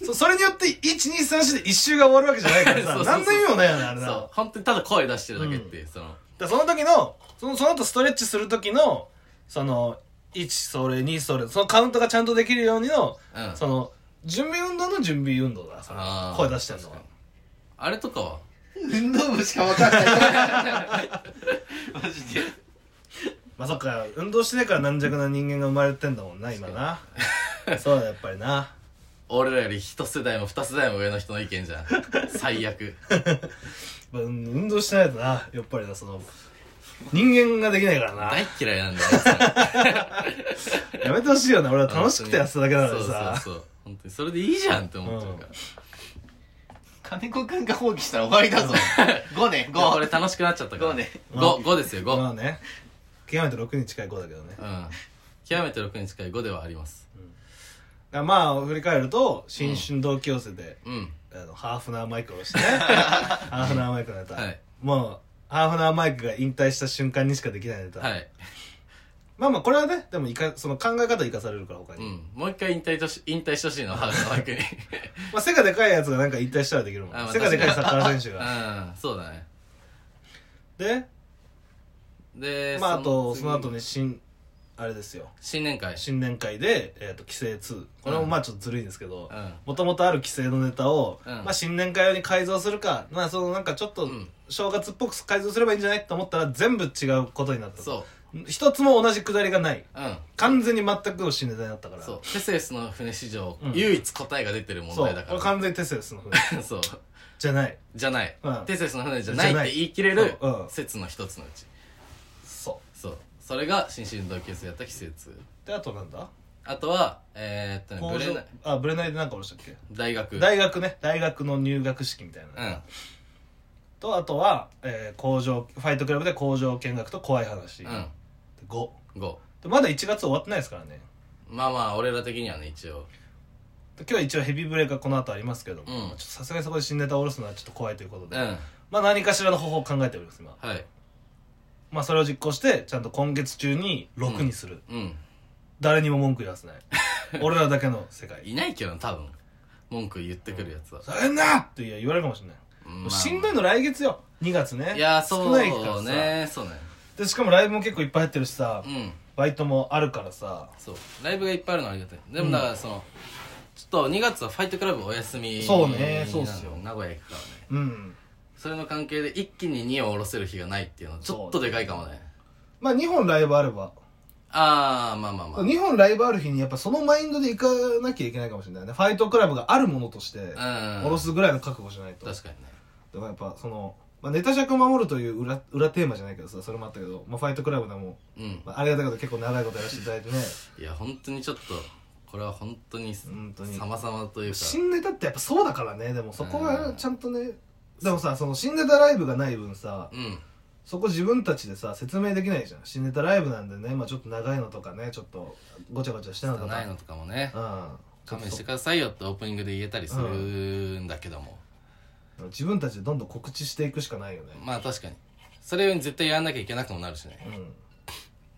S1: うん
S2: そそれによって1234で1周が終わるわけじゃないから
S1: そうそ
S2: さ
S1: うそう
S2: 何の意味もないよねあれな
S1: そう本当にただ声出してるだけっていう、その
S2: だからその時のそのその後ストレッチする時のその1それ2それそのカウントがちゃんとできるようにの、
S1: うん
S2: その準備運動の準備運動だそれ
S1: あー
S2: 声出してんのは
S1: 確あれとかは
S3: 運動部しか分かんないマジで
S2: まあそっか運動してないから軟弱な人間が生まれてんだもんな今なそうだやっぱりな
S1: 俺らより一世代も二世代も上の人の意見 じゃん最悪
S2: まあうん運動してないとなやっぱりなその人間ができないからな
S1: 大っ嫌いなんだよそれ
S2: やめてほしいよな俺は楽しくてやってただけなのに
S1: そう
S2: さ
S1: そうそう本当にそれでいいじゃんって思ってるから、
S3: 金子くんが放棄したら終わりだ ぞ5ね
S1: いや俺
S3: 5
S1: 楽しくなっちゃったから
S3: 五ね
S1: 5 5ですよ5、
S2: まあね極めて6に近い子だけどね
S1: うん極めて6に近い5ではあります
S2: がまあ振り返ると新春同級生で、
S1: うん
S2: あのハーフナーマイク をしてねハーフナーマイクのネタ、
S1: はい
S2: もうハーフナーマイクが引退した瞬間にしかできないネタ、
S1: はい、
S2: まあまあこれはねでもいかその考え方生かされるから他
S1: う
S2: に、
S1: ん、もう一回引退とし引退してほしいのハーフの 枠に
S2: まあ、背がでかいやつがなんか引退したらできるもん、
S1: あまあ
S2: 背がでかいサッカー選手が
S1: うんそうだね
S2: で
S1: で
S2: まああ
S1: の
S2: と
S1: 次
S2: その後ね新あれですよ
S1: 新年会
S2: 新年会で、えー、と規制2これもまあちょっとずるいんですけど
S1: うん
S2: もともとある規制のネタを、
S1: うん
S2: まあ、新年会用に改造するかまあそのなんかちょっと
S1: うん
S2: 正月っぽく改造すればいいんじゃないと思ったら全部違うことになった
S1: そ
S2: 一つも同じくだりがないう
S1: うん
S2: 完全に全くの新ネタになったから
S1: そうテセウスの船史上、
S2: うん
S1: 唯一答えが出てる問
S2: そう
S1: 題だ
S2: こ
S1: か
S2: れ
S1: ら
S2: 完全にテセウスの船
S1: そう
S2: じゃない
S1: じゃない、
S2: うん
S1: テセウスの船じゃ
S2: じ
S1: な
S2: ゃ
S1: い
S2: ない
S1: って言い切れる
S2: そううん
S1: 説の一つのうち
S2: そ
S1: そうそれが新進同級生やった季節
S2: うであとなんだ
S1: あとはえー、っと
S2: 工
S1: ねブレ
S2: 場
S1: ない
S2: あブレないでなんかおろしたっけ
S1: 大学
S2: 大学ね大学の入学式みたいな、
S1: うん
S2: とあとは、えー工場ファイトクラブで工場見学と怖い話、
S1: うん
S2: 5
S1: 5
S2: でまだ1月終わってないですからね
S1: まあまあ俺ら的にはね一応
S2: で今日は一応ヘビーブレイクがこの後ありますけども
S1: うん
S2: ちょっとさすがにそこで新ネタを下ろすのはちょっと怖いということ
S1: う
S2: で、
S1: んはい
S2: まあ何かしらの方法を考えております今、まあ、それを実行してちゃんと今月中に6にする、
S1: うん
S2: 誰にも文句言わ せない俺らだけの世界
S1: いないけどな多分文句言ってくるやつは、
S2: 大変だって言われるかもしれない、
S1: うんまあ
S2: しんどいの来月よ2月ね
S1: いやーそう
S2: 少ないからさ
S1: ねそうね
S2: でしかもライブも結構いっぱい入ってるしさ、
S1: うん
S2: バイトもあるからさ
S1: そうライブがいっぱいあるのはありがたいでもだからその、ちょっと2月はファイトクラブお休み
S2: そうねそうっすよ
S1: なの名古屋行くからね
S2: うん
S1: それの関係で一気に2を下ろせる日がないっていうのはちょっとでかいかもね
S2: まあ2本ライブあれば
S1: ああまあまあまあ
S2: 2本ライブある日にやっぱそのマインドで行かなきゃいけないかもしれないねファイトクラブがあるものとして
S1: ん
S2: 下ろすぐらいの覚悟しないと
S1: 確かにね
S2: でもやっぱその、まあ、ネタ尺を守るという裏裏テーマじゃないけどさそれもあったけど、まあ、ファイトクラブでも、
S1: うん
S2: まあ、ありがたいこと結構長いことやらせていただい てね
S1: いや本当にちょっとこれは本当に
S2: 本当に
S1: 様々というか
S2: 新ネタってやっぱそうだからねでもそこ
S1: う
S2: が
S1: ん
S2: ちゃんとねでもさその新ネタライブがない分さ
S1: うん
S2: そこ自分たちでさ説明できないじゃん新ネタライブなんでね、まあ、ちょっと長いのとかねちょっとごちゃごちゃしたのとか
S1: ないのとかもね
S2: うん
S1: 勘弁してくださいよってオープニングで言えたりするんだけども、
S2: 自分たちでどんどん告知していくしかないよね
S1: まあ確かにそれより絶対やんなきゃいけなくもなるしね
S2: うん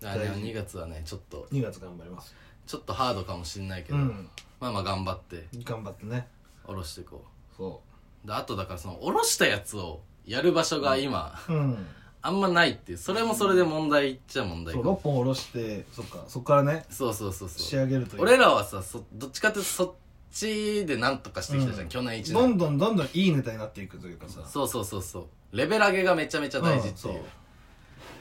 S1: だから
S2: 大事
S1: 2月はねちょっと
S2: 2月頑張ります
S1: ちょっとハードかもしんないけ
S2: う
S1: ど、
S2: ん
S1: まあまあ頑張って
S2: 頑張ってね
S1: 下ろしていこ
S2: そう
S1: であとだからその下ろしたやつをやる場所が今、
S2: ううん
S1: あんまないっていうそれもそれで問題っちゃ問題
S2: そ
S1: か
S2: う6本下ろしてそっかそっからね
S1: そうそうそう
S2: 仕
S1: そう
S2: 上げるという
S1: 俺らはさそどっちかっていうとそっちでなんとかしてきたじゃん、
S2: うん
S1: 去年1
S2: ど
S1: 年
S2: んどんどんどんいいネタになっていくというかさ
S1: そうそうそうそうレベル上げがめちゃめちゃ大事っていう,、
S2: んそう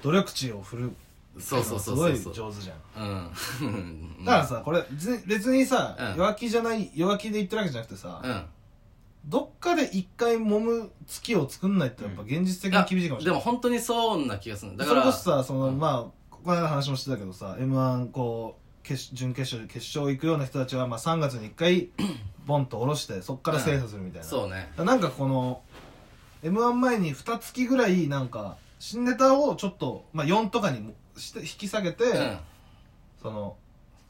S2: 努力値を振る
S1: そうそうそうそう
S2: す
S1: そ
S2: ご
S1: う
S2: い上手じゃん
S1: うん
S2: だからさこれ別に別にさ、
S1: うん
S2: 弱気じゃない弱気で言ってるわけじゃなくてさ、
S1: うん
S2: どっかで一回揉む月を作んないってやっぱ現実的
S1: いや
S2: に厳しいかもし
S1: で
S2: れない、
S1: も本当にそうな気がするだ
S2: そ
S1: か
S2: れ
S1: ら
S2: こそさその、
S1: うん
S2: まあこの間話もしてたけどさ m 1こう決準決勝決勝行くような人たちは、まあ、3月に1回 ボンと下ろしてそっから制覇するみたいな、
S1: そうね
S2: なんかこの m 1前に2月ぐらいなんか新ネタをちょっと、まあ、4とかにもして引き下げて、
S1: うん
S2: その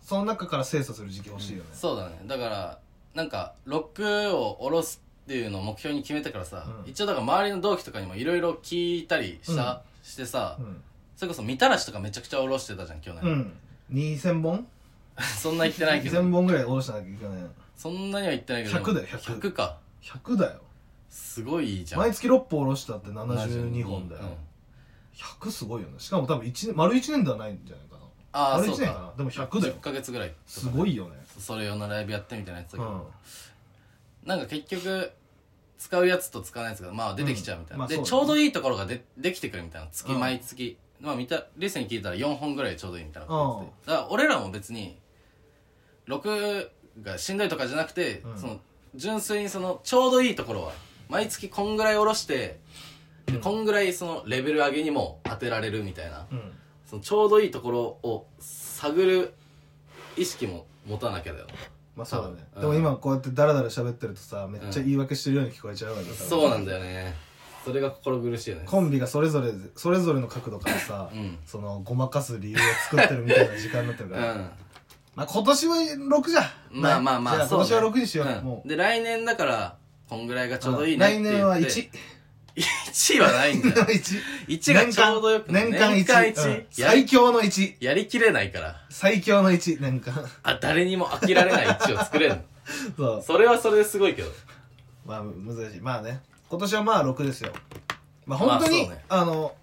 S2: その中から精査する時期欲しいよね、
S1: そうだねだからなんかロックを下ろすっていうのを目標に決めたからさ、
S2: うん
S1: 一応だから周りの同期とかにもいろいろ聞いたりした、してさ、
S2: うん
S1: それこそみたらしとかめちゃくちゃ下ろしてたじゃん去
S2: う
S1: 年、
S2: ん、2000本
S1: そんな言ってないけど
S2: 2000本ぐらい下ろしたなきゃいけない
S1: そんなには言ってないけど
S2: 100だよ100
S1: 100か
S2: 100だよ
S1: すごいじゃん
S2: 毎月6本下ろしたって72本だよ、
S1: うん
S2: 100すごいよねしかも多分一年丸1年ではないんじゃないかな
S1: ああ
S2: 丸
S1: そ
S2: 1
S1: う
S2: 年かな
S1: か
S2: でも100だよ
S1: 10ヶ月ぐらい
S2: すごいよね
S1: それ用のライブやってみたいなやつだ
S2: う
S1: け
S2: ん
S1: ど、なんか結局使うやつと使わないやつがまあ出てきちゃうみたいな、
S2: うんまあ
S1: で
S2: そうだね
S1: ちょうどいいところがでできてくるみたいな月
S2: うん
S1: 毎月、まあ見たレースに聞いたら4本ぐらいちょうどいいみたいなこと言って
S2: う
S1: てだから俺らも別に6がしんどいとかじゃなくて、
S2: うん
S1: その純粋にそのちょうどいいところは毎月こんぐらい下ろして、でこんぐらいそのレベル上げにも当てられるみたいな
S2: うん
S1: そのちょうどいいところを探る意識も持たなきゃだよ
S2: まあそうだね
S1: うん
S2: でも今こうやってダラダラ喋ってるとさめっちゃ言い訳してるように聞こえちゃうわけだから
S1: そうなんだよねそれが心苦しいよね
S2: コンビがそれぞれそれぞれの角度からさ、
S1: うん
S2: そのごまかす理由を作ってるみたいな時間になってる
S1: う
S2: から、
S1: ん
S2: まあ今年は6じゃ
S1: まあまあまあ
S2: じゃあ
S1: そう
S2: 今
S1: ね
S2: 年は6にしよう、
S1: うん
S2: もう
S1: で来年だからこんぐらいがちょうどいいねって
S2: う
S1: 言
S2: ん
S1: って
S2: 来年は1
S1: 1はないんだ よ
S2: 1
S1: 1がちょうどよくない
S2: 年間
S1: 年
S2: 1
S1: 間一や
S2: 最強の1
S1: やりきれないから
S2: 最強の1年間
S1: あ誰にも飽きられない1を作れるの
S2: そう
S1: それはそれですごいけど
S2: まあ難しいまあね今年はまあ6ですよまあ本当に、
S1: まあそうね
S2: あの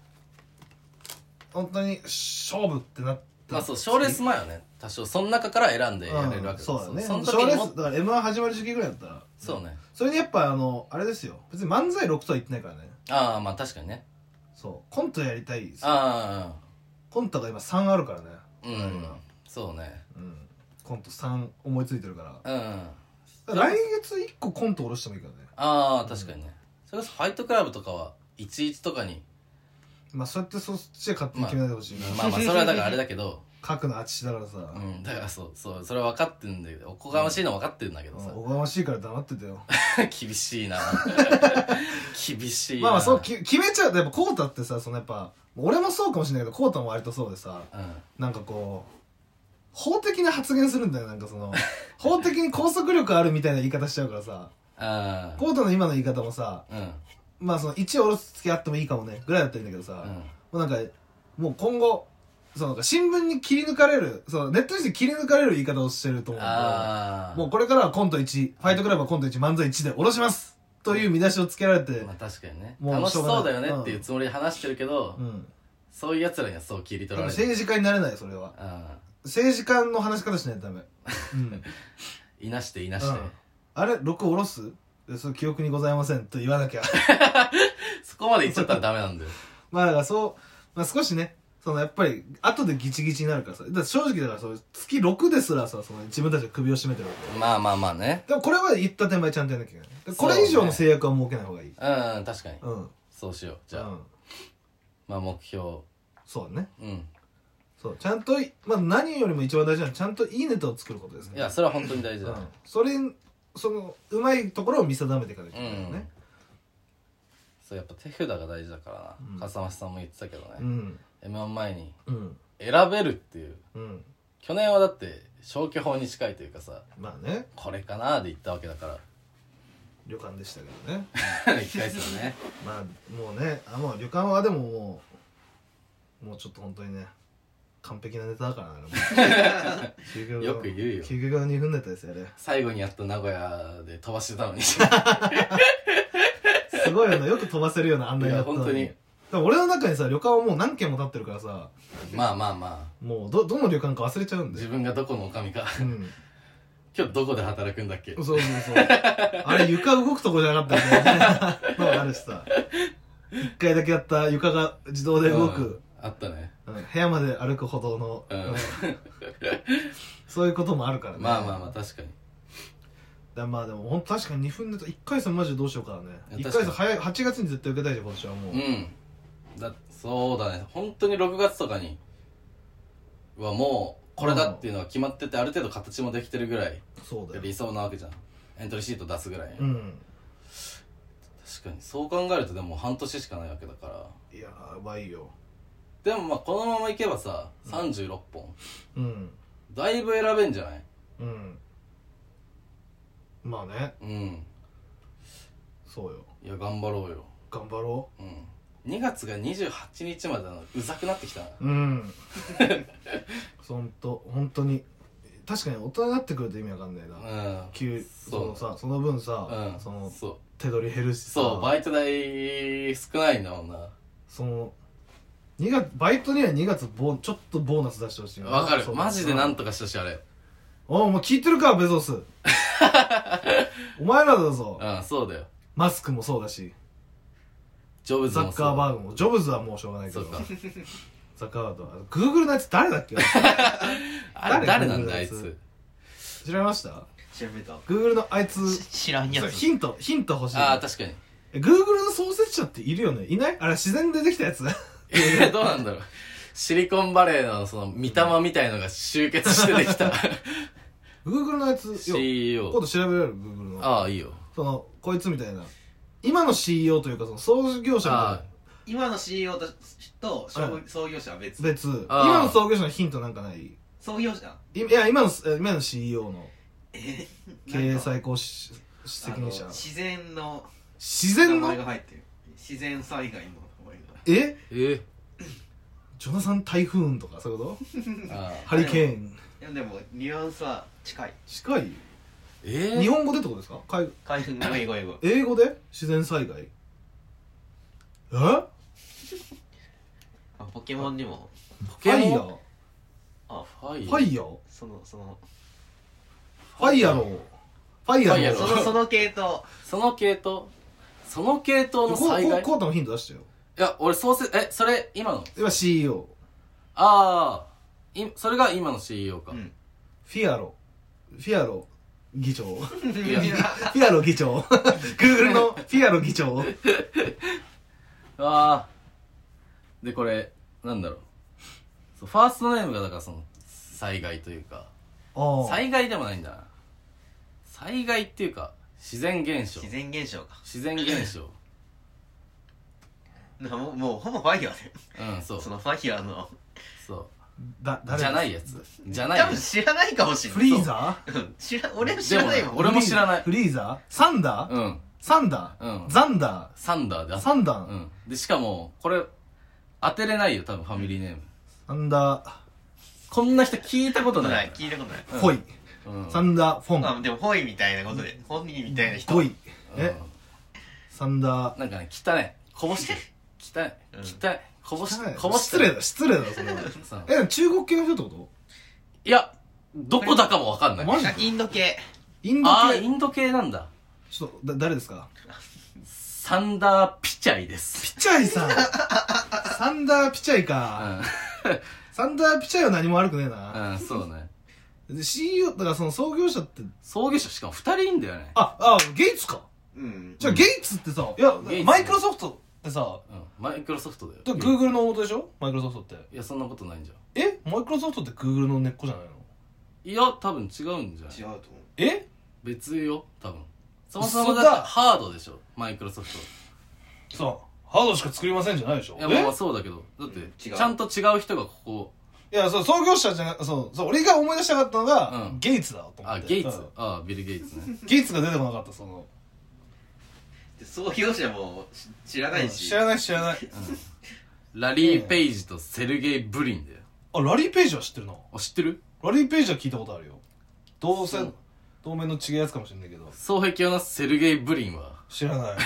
S2: 本当に勝負ってなって
S1: まあそう賞レース前はね多少その中から選んでやれるわけだ
S2: うん、そうだね
S1: その
S2: 賞
S1: 時
S2: レ
S1: に
S2: ー
S1: も
S2: スだから m 1始まる時期ぐらいだったら
S1: そうね
S2: それにやっぱあのあれですよ別に漫才6とは言ってないからね
S1: ああまあ確かにね
S2: そうコントやりたいですよ
S1: あ
S2: コントが今3あるからね
S1: あうんそうね
S2: うんコント3思いついてるから
S1: うんあ
S2: 来月1個コント下ろしてもいいからね
S1: あ確かにねそれこそファイトクラブとかは11とかに
S2: まあそうやってそっちで勝手に決めないでほしいな、
S1: まあまあそれはだからあれだけど
S2: 書くのあっちだからさ、
S1: うん、だからそうそうそれは分かってるんだけどおこがましいのは分かってるんだけどさ、
S2: おこがましいから黙っててよ
S1: 厳しいな 厳しいな
S2: まあまあそうき決めちゃうとやっぱコウタってさそのやっぱ俺もそうかもしれないけどコウタも割とそうでさ
S1: う
S2: なんかこう法的な発言するんだよなんか その法的に拘束力あるみたいな言い方しちゃうからさ
S1: んあ
S2: コウタの今の言い方もさ
S1: あうん
S2: まあその1下ろす付き合ってもいいかもねぐらいだったらいいんだけどさ、
S1: う
S2: も
S1: ん
S2: うなんかもう今後そのなんか新聞に切り抜かれるそのネットニュースに切り抜かれる言い方をしてると思うんだ
S1: ああ
S2: もうこれからはコント1ファイトクラブはコント1漫才1で下ろしますという見出しをつけられて、
S1: まあ確かにね
S2: もう
S1: 楽し
S2: しょ
S1: そう
S2: うがない
S1: だよねっていうつもりで話してるけど、
S2: うん、
S1: そういうやつらにはそう切り
S2: 多
S1: 取ら
S2: 分
S1: れる
S2: 政治家になれないよそれは
S1: あ
S2: 政治家の話し方しないとダメ、うん、
S1: いなしていなして、
S2: うんあれ6下ろすでそれ記憶にございませんと言わなきゃ
S1: そこまで言っちゃったらダメなんだよ
S2: まあだからそう、まあ、少しねそのやっぱり後でギチギチになるからさだから正直だからそう月6ですらさその自分たちが首を絞めてるわけ
S1: まあまあまあね
S2: でもこれは言った手前ちゃんとやんなきゃいけないで
S1: そ
S2: こ
S1: う
S2: れ
S1: ね
S2: 以上の制約は設けない方がいい
S1: うん確かに
S2: うん
S1: そうしようじゃあ、
S2: うん、
S1: まあ目標
S2: そうだね
S1: うん
S2: そうちゃんと、まあ、何よりも一番大事なのはちゃんといいネタを作ることですね
S1: いやそれは本当に大事
S2: う
S1: だ、
S2: ん、それそのうまいところを見定めていかなきゃいけないよね
S1: そうやっぱ手札が大事だから
S2: うん
S1: な、笠間さんも言ってたけどね、
S2: うん、
S1: m 1前に
S2: うん、
S1: 選べるっていう
S2: うん、
S1: 去年はだって消去法に近いというかさ
S2: まあね
S1: これかなーで言ったわけだか
S2: 旅館でしたけどね
S1: ら一回ですよね
S2: まあもうねあもう旅館はでももうもうちょっと本当にね完璧なネタだからな あれも究極の
S1: よく言うよ
S2: 究極の2分ネタですよあれ
S1: 最後にやった名古屋で飛ばしてた のに
S2: すごいよなよく飛ばせるような案内やったのに
S1: いや
S2: でも俺の中にさ旅館はもう何軒も経ってるからさ
S1: まあまあまあ
S2: もうどどの旅館か忘れちゃうんで
S1: 自分がどこの女将か
S2: うん
S1: 今日どこで働くんだっけ
S2: そうそうそう。あれ床動くとこじゃなかったよね。のあるしさ。一回だけやった床が自動で動く、
S1: うんあったね
S2: うん部屋まで歩く歩道の、
S1: うん
S2: うん そういうこともあるからね。
S1: まあまあまあ
S2: だか
S1: 確かに
S2: らまあでも本当確かに2分で1回戦マジでどうしようか
S1: い
S2: ね。
S1: や
S2: 1
S1: 確か
S2: 回
S1: に
S2: 戦早い、8月に絶対受けたいじゃん、今年はもう。
S1: うんだそうだね本当に6月とかにはもうこれだっていうのは決まっててある程度形もできてるぐらい
S2: そうだよ。
S1: 理想なわけじゃんエントリーシート出すぐらい、
S2: うん。
S1: 確かにそう考えるとでも半年しかないわけだから
S2: いや、やばいよ。
S1: でもまあこのままいけばさ36本、
S2: うん。
S1: だいぶ選べんじゃない
S2: うん。まあね、
S1: うん
S2: そうよ。
S1: いや頑張ろうよ
S2: 頑張ろ
S1: うん2月が28日 までなのうざくなってきたな
S2: う。うん。そんと、本当に、確かに大人になってくると意味わかんないな、
S1: うん
S2: 急そ
S1: そう
S2: のさその分さ、
S1: うん
S2: その
S1: そう
S2: 手取り減るしさ
S1: そうバイト代少ないんだもんな
S2: その2月バイトには2月ボーちょっとボーナス出してほしいな
S1: わかる
S2: そう
S1: マジでなんとかしてほしいあれ
S2: おおもう聞いてるかベ ゾスお前らだぞ
S1: うんそうだよ
S2: マスクもそうだし
S1: ジョブズ
S2: ザ
S1: も
S2: ッカーバ
S1: ー
S2: ーグもジョブズはもうしょうがないけ
S1: そ
S2: ど
S1: うか
S2: ザッカーバーグとはグーグルのやつ誰だっけ
S1: あれ誰なんだあ
S2: 誰
S1: い
S2: が
S1: つ
S2: 知らました
S3: 調べた
S2: グーグルのあいつ
S3: 知らんや
S2: そう
S3: つ
S2: ヒントヒント欲しい
S1: ああ確かに
S2: えグーグルの創設者っているよねいないあれ自然に出てきたやつ
S1: え どうなんだろうシリコンバレーのその見たまみたいのが集結してでき た
S2: グーグルのやつよ今
S1: CEO
S2: 度調べられるグーグルの
S1: ああいいよ
S2: そのこいつみたいな今の CEO というかその創業者みたい
S1: あ
S2: な
S3: 今の CEO とと
S2: う
S3: 創
S2: ん
S3: 創業者は別
S2: 別
S1: あー
S2: 今の創業者のヒントなんかないい
S3: 創業者
S2: いや今のえ今の CEO の
S3: えー
S2: 経
S3: な
S2: 営
S3: んか
S2: 最高し責任者
S3: あの自然の
S2: 自
S3: 名
S2: 然の
S3: 前が入ってる自然災害の名前が
S2: え
S1: あえ
S2: ジョナサン・台風とかそういうこと
S1: ああ
S2: ハリケーン
S3: いやでもニュアンスは近い
S2: 近い
S1: え
S2: 日
S1: え
S2: 本語でってことですか海
S3: 海軍の英語英語
S2: 英語で自然災害え
S3: あポケモンにも
S1: ポ
S2: フ
S1: ケ
S2: ァ
S1: モ
S2: イヤ
S1: ン
S2: ー
S3: あ
S1: ファイ
S2: ファイヤー
S3: そのその
S2: ファイヤローファイヤ
S1: ファイヤ
S2: ロ
S1: ロ
S3: そ
S1: ー
S2: ー
S3: のその系統
S1: その系統その系統の
S2: こう
S1: 災
S2: こう
S1: 害
S2: コータもヒント出したよ
S1: いや俺そうせえそれ今の
S2: 今 CEO
S1: ああいそれが今の CEO か、
S3: うん
S2: フィアロフィアロ議長 フ
S1: いや
S2: ィアロ議長 Google のフィアロ議長
S1: ああでこれなんだろうそうファーストネームがだからその災害というか
S2: ああ
S1: 災害でもないんだな災害っていうか自然現象
S3: 自然現象か
S1: 自然現象
S3: なもうもうほぼファイヤーで
S1: うんそう
S3: そ
S1: そう
S3: のファイヤーの
S2: だ誰
S1: じゃないいやつじゃない
S3: 多
S1: や
S3: 分
S1: つ
S3: 知らないかもしれ
S2: フ
S3: ない
S2: リーザ
S3: うん知ら俺知らない
S1: で
S3: も
S1: も
S3: ん
S1: ね俺も知らない
S2: フリーザサンダー
S1: うん
S2: サンダ
S1: う
S2: ー
S1: ん
S2: ザンダ
S1: サンダーで
S2: ー
S1: あ
S2: サンダ
S1: う
S2: ー
S1: んでしかもこれ当てれないよ多分ファミリーネーム
S2: サンダー
S1: こんな人聞いたことな
S3: ない
S1: い
S3: 聞いたことない
S2: フォイ
S1: うん
S2: サンダーフォ
S3: あ
S2: ン
S3: でもホイみたいなことで本人みたいな人
S2: フォイ
S1: うん
S2: えサンダー
S1: なんかね汚いこぼしてる汚い
S3: うん
S1: 汚いこぼし
S2: 汚い
S1: こぼして
S2: 失
S1: る
S2: 礼だ失礼だそれは
S1: そう
S2: え中国系の人ってこ
S1: いやどこだかもわかん
S2: と
S1: ない
S2: マジ
S3: インド系
S2: インド
S1: ああイ
S2: 系
S1: ンド系なんだ
S2: ちょっとだ誰ですか
S1: サンダーピチャイです
S2: ピチャ イさんサンダーピチャイ
S1: う
S2: か
S1: ん
S2: サンダーピチャイは何も悪くねえな
S1: うんそうね
S2: で CEO だからその創業者って
S1: 創業者しかも2人いんだよね
S2: ああゲイツか
S3: うん
S2: じゃあゲイツってさいや
S1: ゲイツ
S2: マイクロソフトってさ
S1: うんマイクロソフトだよ
S2: グーグルの元でしょマイクロソフトって
S1: いやそんなことないんじゃん
S2: えマイクロソフトってグーグルの根っこじゃないの
S1: いや多分違うんじゃない
S3: 違うと思う
S2: え
S1: 別よ多分そも
S2: 嘘
S1: そも
S2: だ
S1: だってハードでしょマイクロソフ
S2: さハードしか作りませんじゃないでしょ
S1: トいや
S2: え
S1: まあまあそうだけどだっ
S3: うん
S1: て
S3: 違う
S1: ちゃんと違う人がここ
S2: いやそう創業者じゃなそうそう俺が思い出したかったのが、
S1: うん
S2: ゲイツだと思って
S1: あゲイツ
S2: うん
S1: あビル・ゲイツね
S2: ゲイツが出てこなかったその
S3: で創業者もし知らないし
S2: 知らない知らない
S1: ラリー・ペイジとセルゲイ・ブリンだよ
S2: あラリー・ページは知ってるな
S1: あ知ってる
S2: ラリー・ページは聞いたことあるよ同性
S1: そう
S2: 同盟の違うやつかもしれないけど
S1: 双璧用のセルゲイ・ブリンは
S2: 知 らない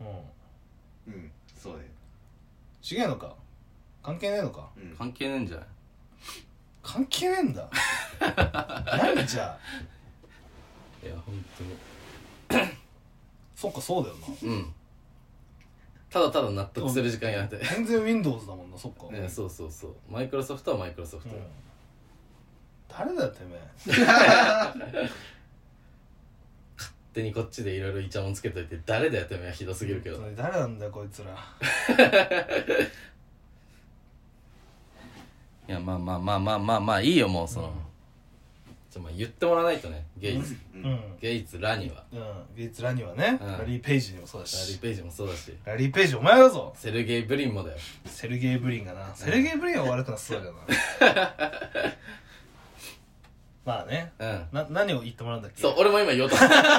S2: うん
S3: うんそうだよ
S2: 違えのか関係ねえのか
S3: うん
S1: 関係ねえんじゃない
S2: 関係ねえんだ何じゃあ
S1: いや本
S2: そっかそうだよな
S1: 当にうんただただ納得する時間やめて
S2: 全然 Windows だもんなそっか、
S1: ねそうそうそうマイクロソフトはマイクロソフ
S2: うん
S1: トよ
S2: 誰だよてめえ
S1: 勝手にこっちでいろいろイチャモンつけといて誰だよてめえはひどすぎるけど
S2: 本当に誰なんだよこいつら
S1: いやまあまあまあまあまあまあいいよもうその、
S2: うん
S1: ちょまあ言ってもらわないとねゲイツ、
S2: う、
S3: うんん
S1: ゲイツラには
S2: うん、ゲイツらにはね、
S1: うん
S2: ラリー・ページにもそうだ
S1: ラリー・
S2: し
S1: ペイジもそうだし
S2: ラリー・ページお前だぞ
S1: セルゲイ・ブリンもだよ
S2: セルゲイ・ブリンがなセルゲイ・ブリンは悪くなさそうだ けどなまあね
S1: うん
S2: な何を言ってもらうんだっけ
S1: そう俺も今言おうと思った
S2: 何を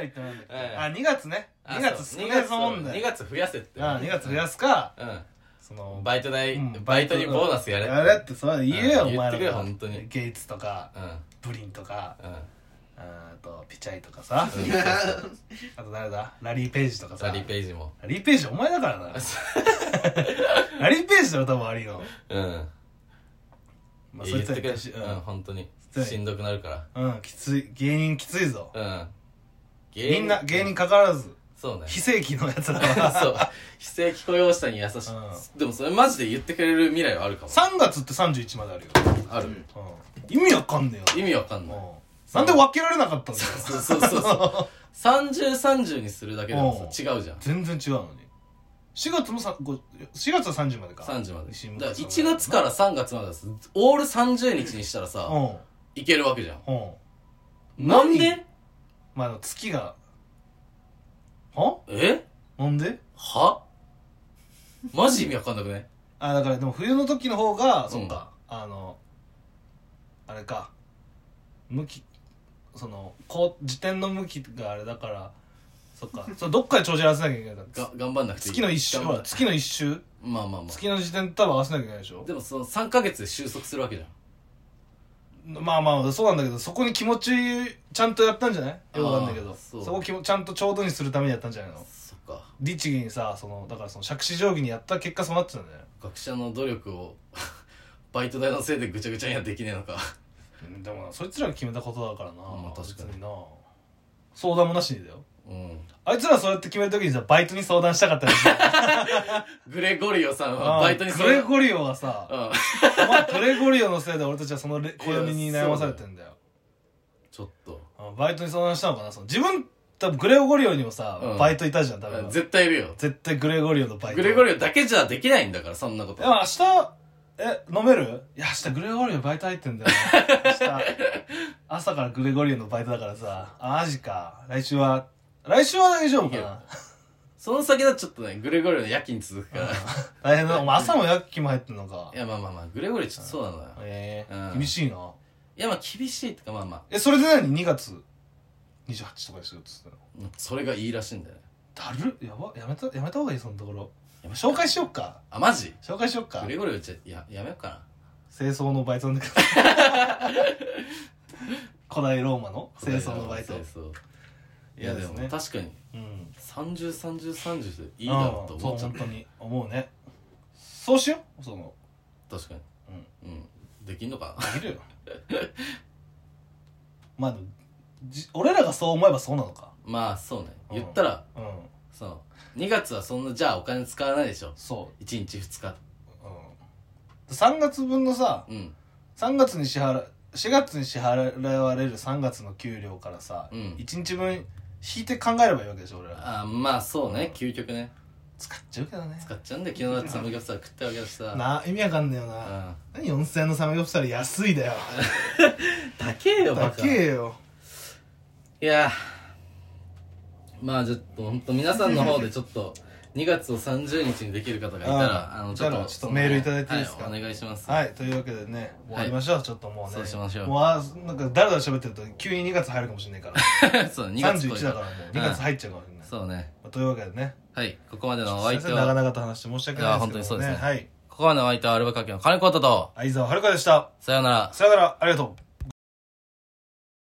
S2: 言ってもらうんだっけ、
S1: ええ
S2: あ2月ね2月少ない
S1: も
S2: も
S1: ん
S2: ん
S1: だ
S2: だ
S1: 2
S2: よ
S1: 月増やせって
S2: あ2月増やすか
S1: うん
S2: その
S1: バイト代、
S2: うん
S1: バイトにボーナスやれ
S2: やれってそれは言えよ、
S1: うん
S2: お前ら
S1: 言ってくれよ
S2: が
S1: 本当に
S2: ゲイツとか
S1: うん
S2: ブリンとか
S1: うん
S2: あーとピチャイとかさあと誰だラリー・ページとかさ
S1: ザリーページも
S2: ラリー・ページお前だからな ラリー・ページだろ多分悪いの、
S1: うん
S2: まあ、そ
S1: 言
S2: い
S1: っ
S2: つは
S1: てくれ
S2: きつい
S1: うん本当に
S2: うん
S1: しんどくなるか
S2: うん、うん、きつい芸人きついぞ
S1: らうん
S2: みんな芸人関わらず
S1: そうね
S2: 非正規のやつらは
S1: そう非正規雇用者に優しい、
S2: う
S1: でもそれマジで言ってくれる未来はあるかも
S2: 3月って31まであるよ、
S1: ある、
S3: うん
S2: うん、意味わかんねえ
S1: 意味わかんない
S2: よ、うん、なんで分けられなかったんだよ
S1: そうそうそうそう3030にするだけで
S2: うん
S1: もさ違うじゃん
S2: 全然違うのに4月もさご4月は30までか
S1: 30まで
S2: 西
S1: だ
S2: 村
S1: から
S2: さん
S1: 1月から3月までですオール30日にしたらさ、
S2: うん
S1: いけるわけじゃん
S2: うん
S1: なんで
S2: まあでも月がは
S1: え
S2: なんで
S1: はマジ意味わかんなくね
S2: あだからでも冬の時の方が、
S1: ん
S2: そっかあのあれか向きそのこう時点の向きがあれだからそっかそれどっかで帳尻合わせなきゃいけないから
S1: が頑張んなくていい
S2: 月の一周
S1: 頑張んな
S2: 月の一周
S1: まあまあまあ
S2: 月の時点と多分合わせなきゃいけないでしょ
S1: でもその3ヶ月で収束するわけじゃん
S2: まあまあそうなんだけどそこに気持ちちゃんとやったんじゃないよくわかんないけ
S1: あ
S2: ど
S1: ーそ
S2: そうこきもちゃんとちょうどにするためにやったんじゃないの
S1: そっか
S2: 律儀にさそのだからその杓子定規にやった結果そうなってたんだよね
S1: 学者の努力を バイト代のせいでぐちゃぐちゃにはできねえのか
S2: うんでもなそいつらが決めたことだからな、
S1: まあ確かに
S2: 別な相談もなしにだよ
S1: うん
S2: あいつらそうやって決めるときにさバイトに相談したかったら しい
S1: グレゴリオさん
S2: あ
S1: は
S2: ー
S1: バイトに
S2: グレ
S1: リ
S2: ゴリオはさ
S1: オ、うん、
S2: お前グレゴリオのせいで俺たちはそのれ暦に悩まされてんだよ
S1: ちょっと
S2: うんバイトに相談したのかなその自分多分グレゴリオにもさ、
S1: うん
S2: バイトいたじゃん多分
S1: 絶対いるよ
S2: 絶対グレゴリオのバイト
S1: グレゴ
S2: リ
S1: リオだけじゃできないんだからそんなこと
S2: でも明日え飲めるいや明日グレゴリオバイト入ってんだよな明日朝からグレゴリオのバイトだからさあマジか来週は来週は大丈夫か
S1: いける
S2: な
S1: その先だとちょっとねグレゴリオの夜勤続くから
S2: 大変だお前朝も夜勤も入ってんのか
S1: いやまあまあまあグレゴリオちょっとそうなのよ
S2: ええ
S1: うん
S2: 厳しいない
S1: やまあ厳しいってかまあまあ
S2: えそれで何2月28とかにしようっつってたの
S1: うんそれがいいらしいんだよね
S2: だるっやばやめたやめた方がいいそのところ紹介しよっか
S1: あマジ
S2: 紹介しよっか
S1: グレゴリオちょややめようかな
S2: 清掃のバイトなんだけど古代ローマの清掃のバイト
S1: 清掃い
S2: 嫌
S1: や
S2: で
S1: ですも
S2: ね
S1: 確かに
S2: うん
S1: 303030でいいだろうと思っちゃ
S2: う
S1: っ
S2: んそう本当に思うねそうしようその
S1: た確かにうんできんのかな
S2: できるよ まあでもじ俺らがそう思えばそうなのか
S1: まあそうね
S2: うん
S1: 言ったら
S2: うん
S1: その2月はそんなじゃあお金使わないでしょ
S2: そ
S1: 1日2日
S2: う、うん、3月分のさ
S1: うん
S2: 3月に支払4月に支払われる3月の給料からさ、
S1: うん
S2: 一1日分引いて考えればいいわけでしょ俺ら
S1: あまあそうね究極ね
S2: 使っちゃうけどね
S1: 使っちゃうんだよ昨日だってサムギョプサル食ったわけだしさ
S2: な意味わかんねえよな、
S1: う
S2: 何4000円のサムギョプサル安い だよ
S1: ん高えよバ
S2: 高
S1: カ
S2: えよ
S1: いやーまあちょっと本当皆さんの方でちょっと2月を30日にできる方がいたら
S2: あー
S1: あのちょっ
S2: じゃ
S1: と
S2: あちょっとメールいただいていいですか
S1: はお願いします
S2: はいというわけでね終わりましょう、ちょっともうね
S1: そうしましょう
S2: もうあなんかだらだら喋ってると急に2月入るかもしれな いから
S1: そう2月
S2: 31だからもう2月入っちゃうかもしれない、
S1: そうね
S2: というわけでね
S1: はいここまでのお相手
S2: 先生長
S1: は
S2: 々と話して申し訳ないですけど、ね、
S1: いや本当にそうですね
S2: はい
S1: ここまでのお相手はアルバカキの金子太と
S2: 相沢遥でした
S1: さようなら
S2: さよならありがとう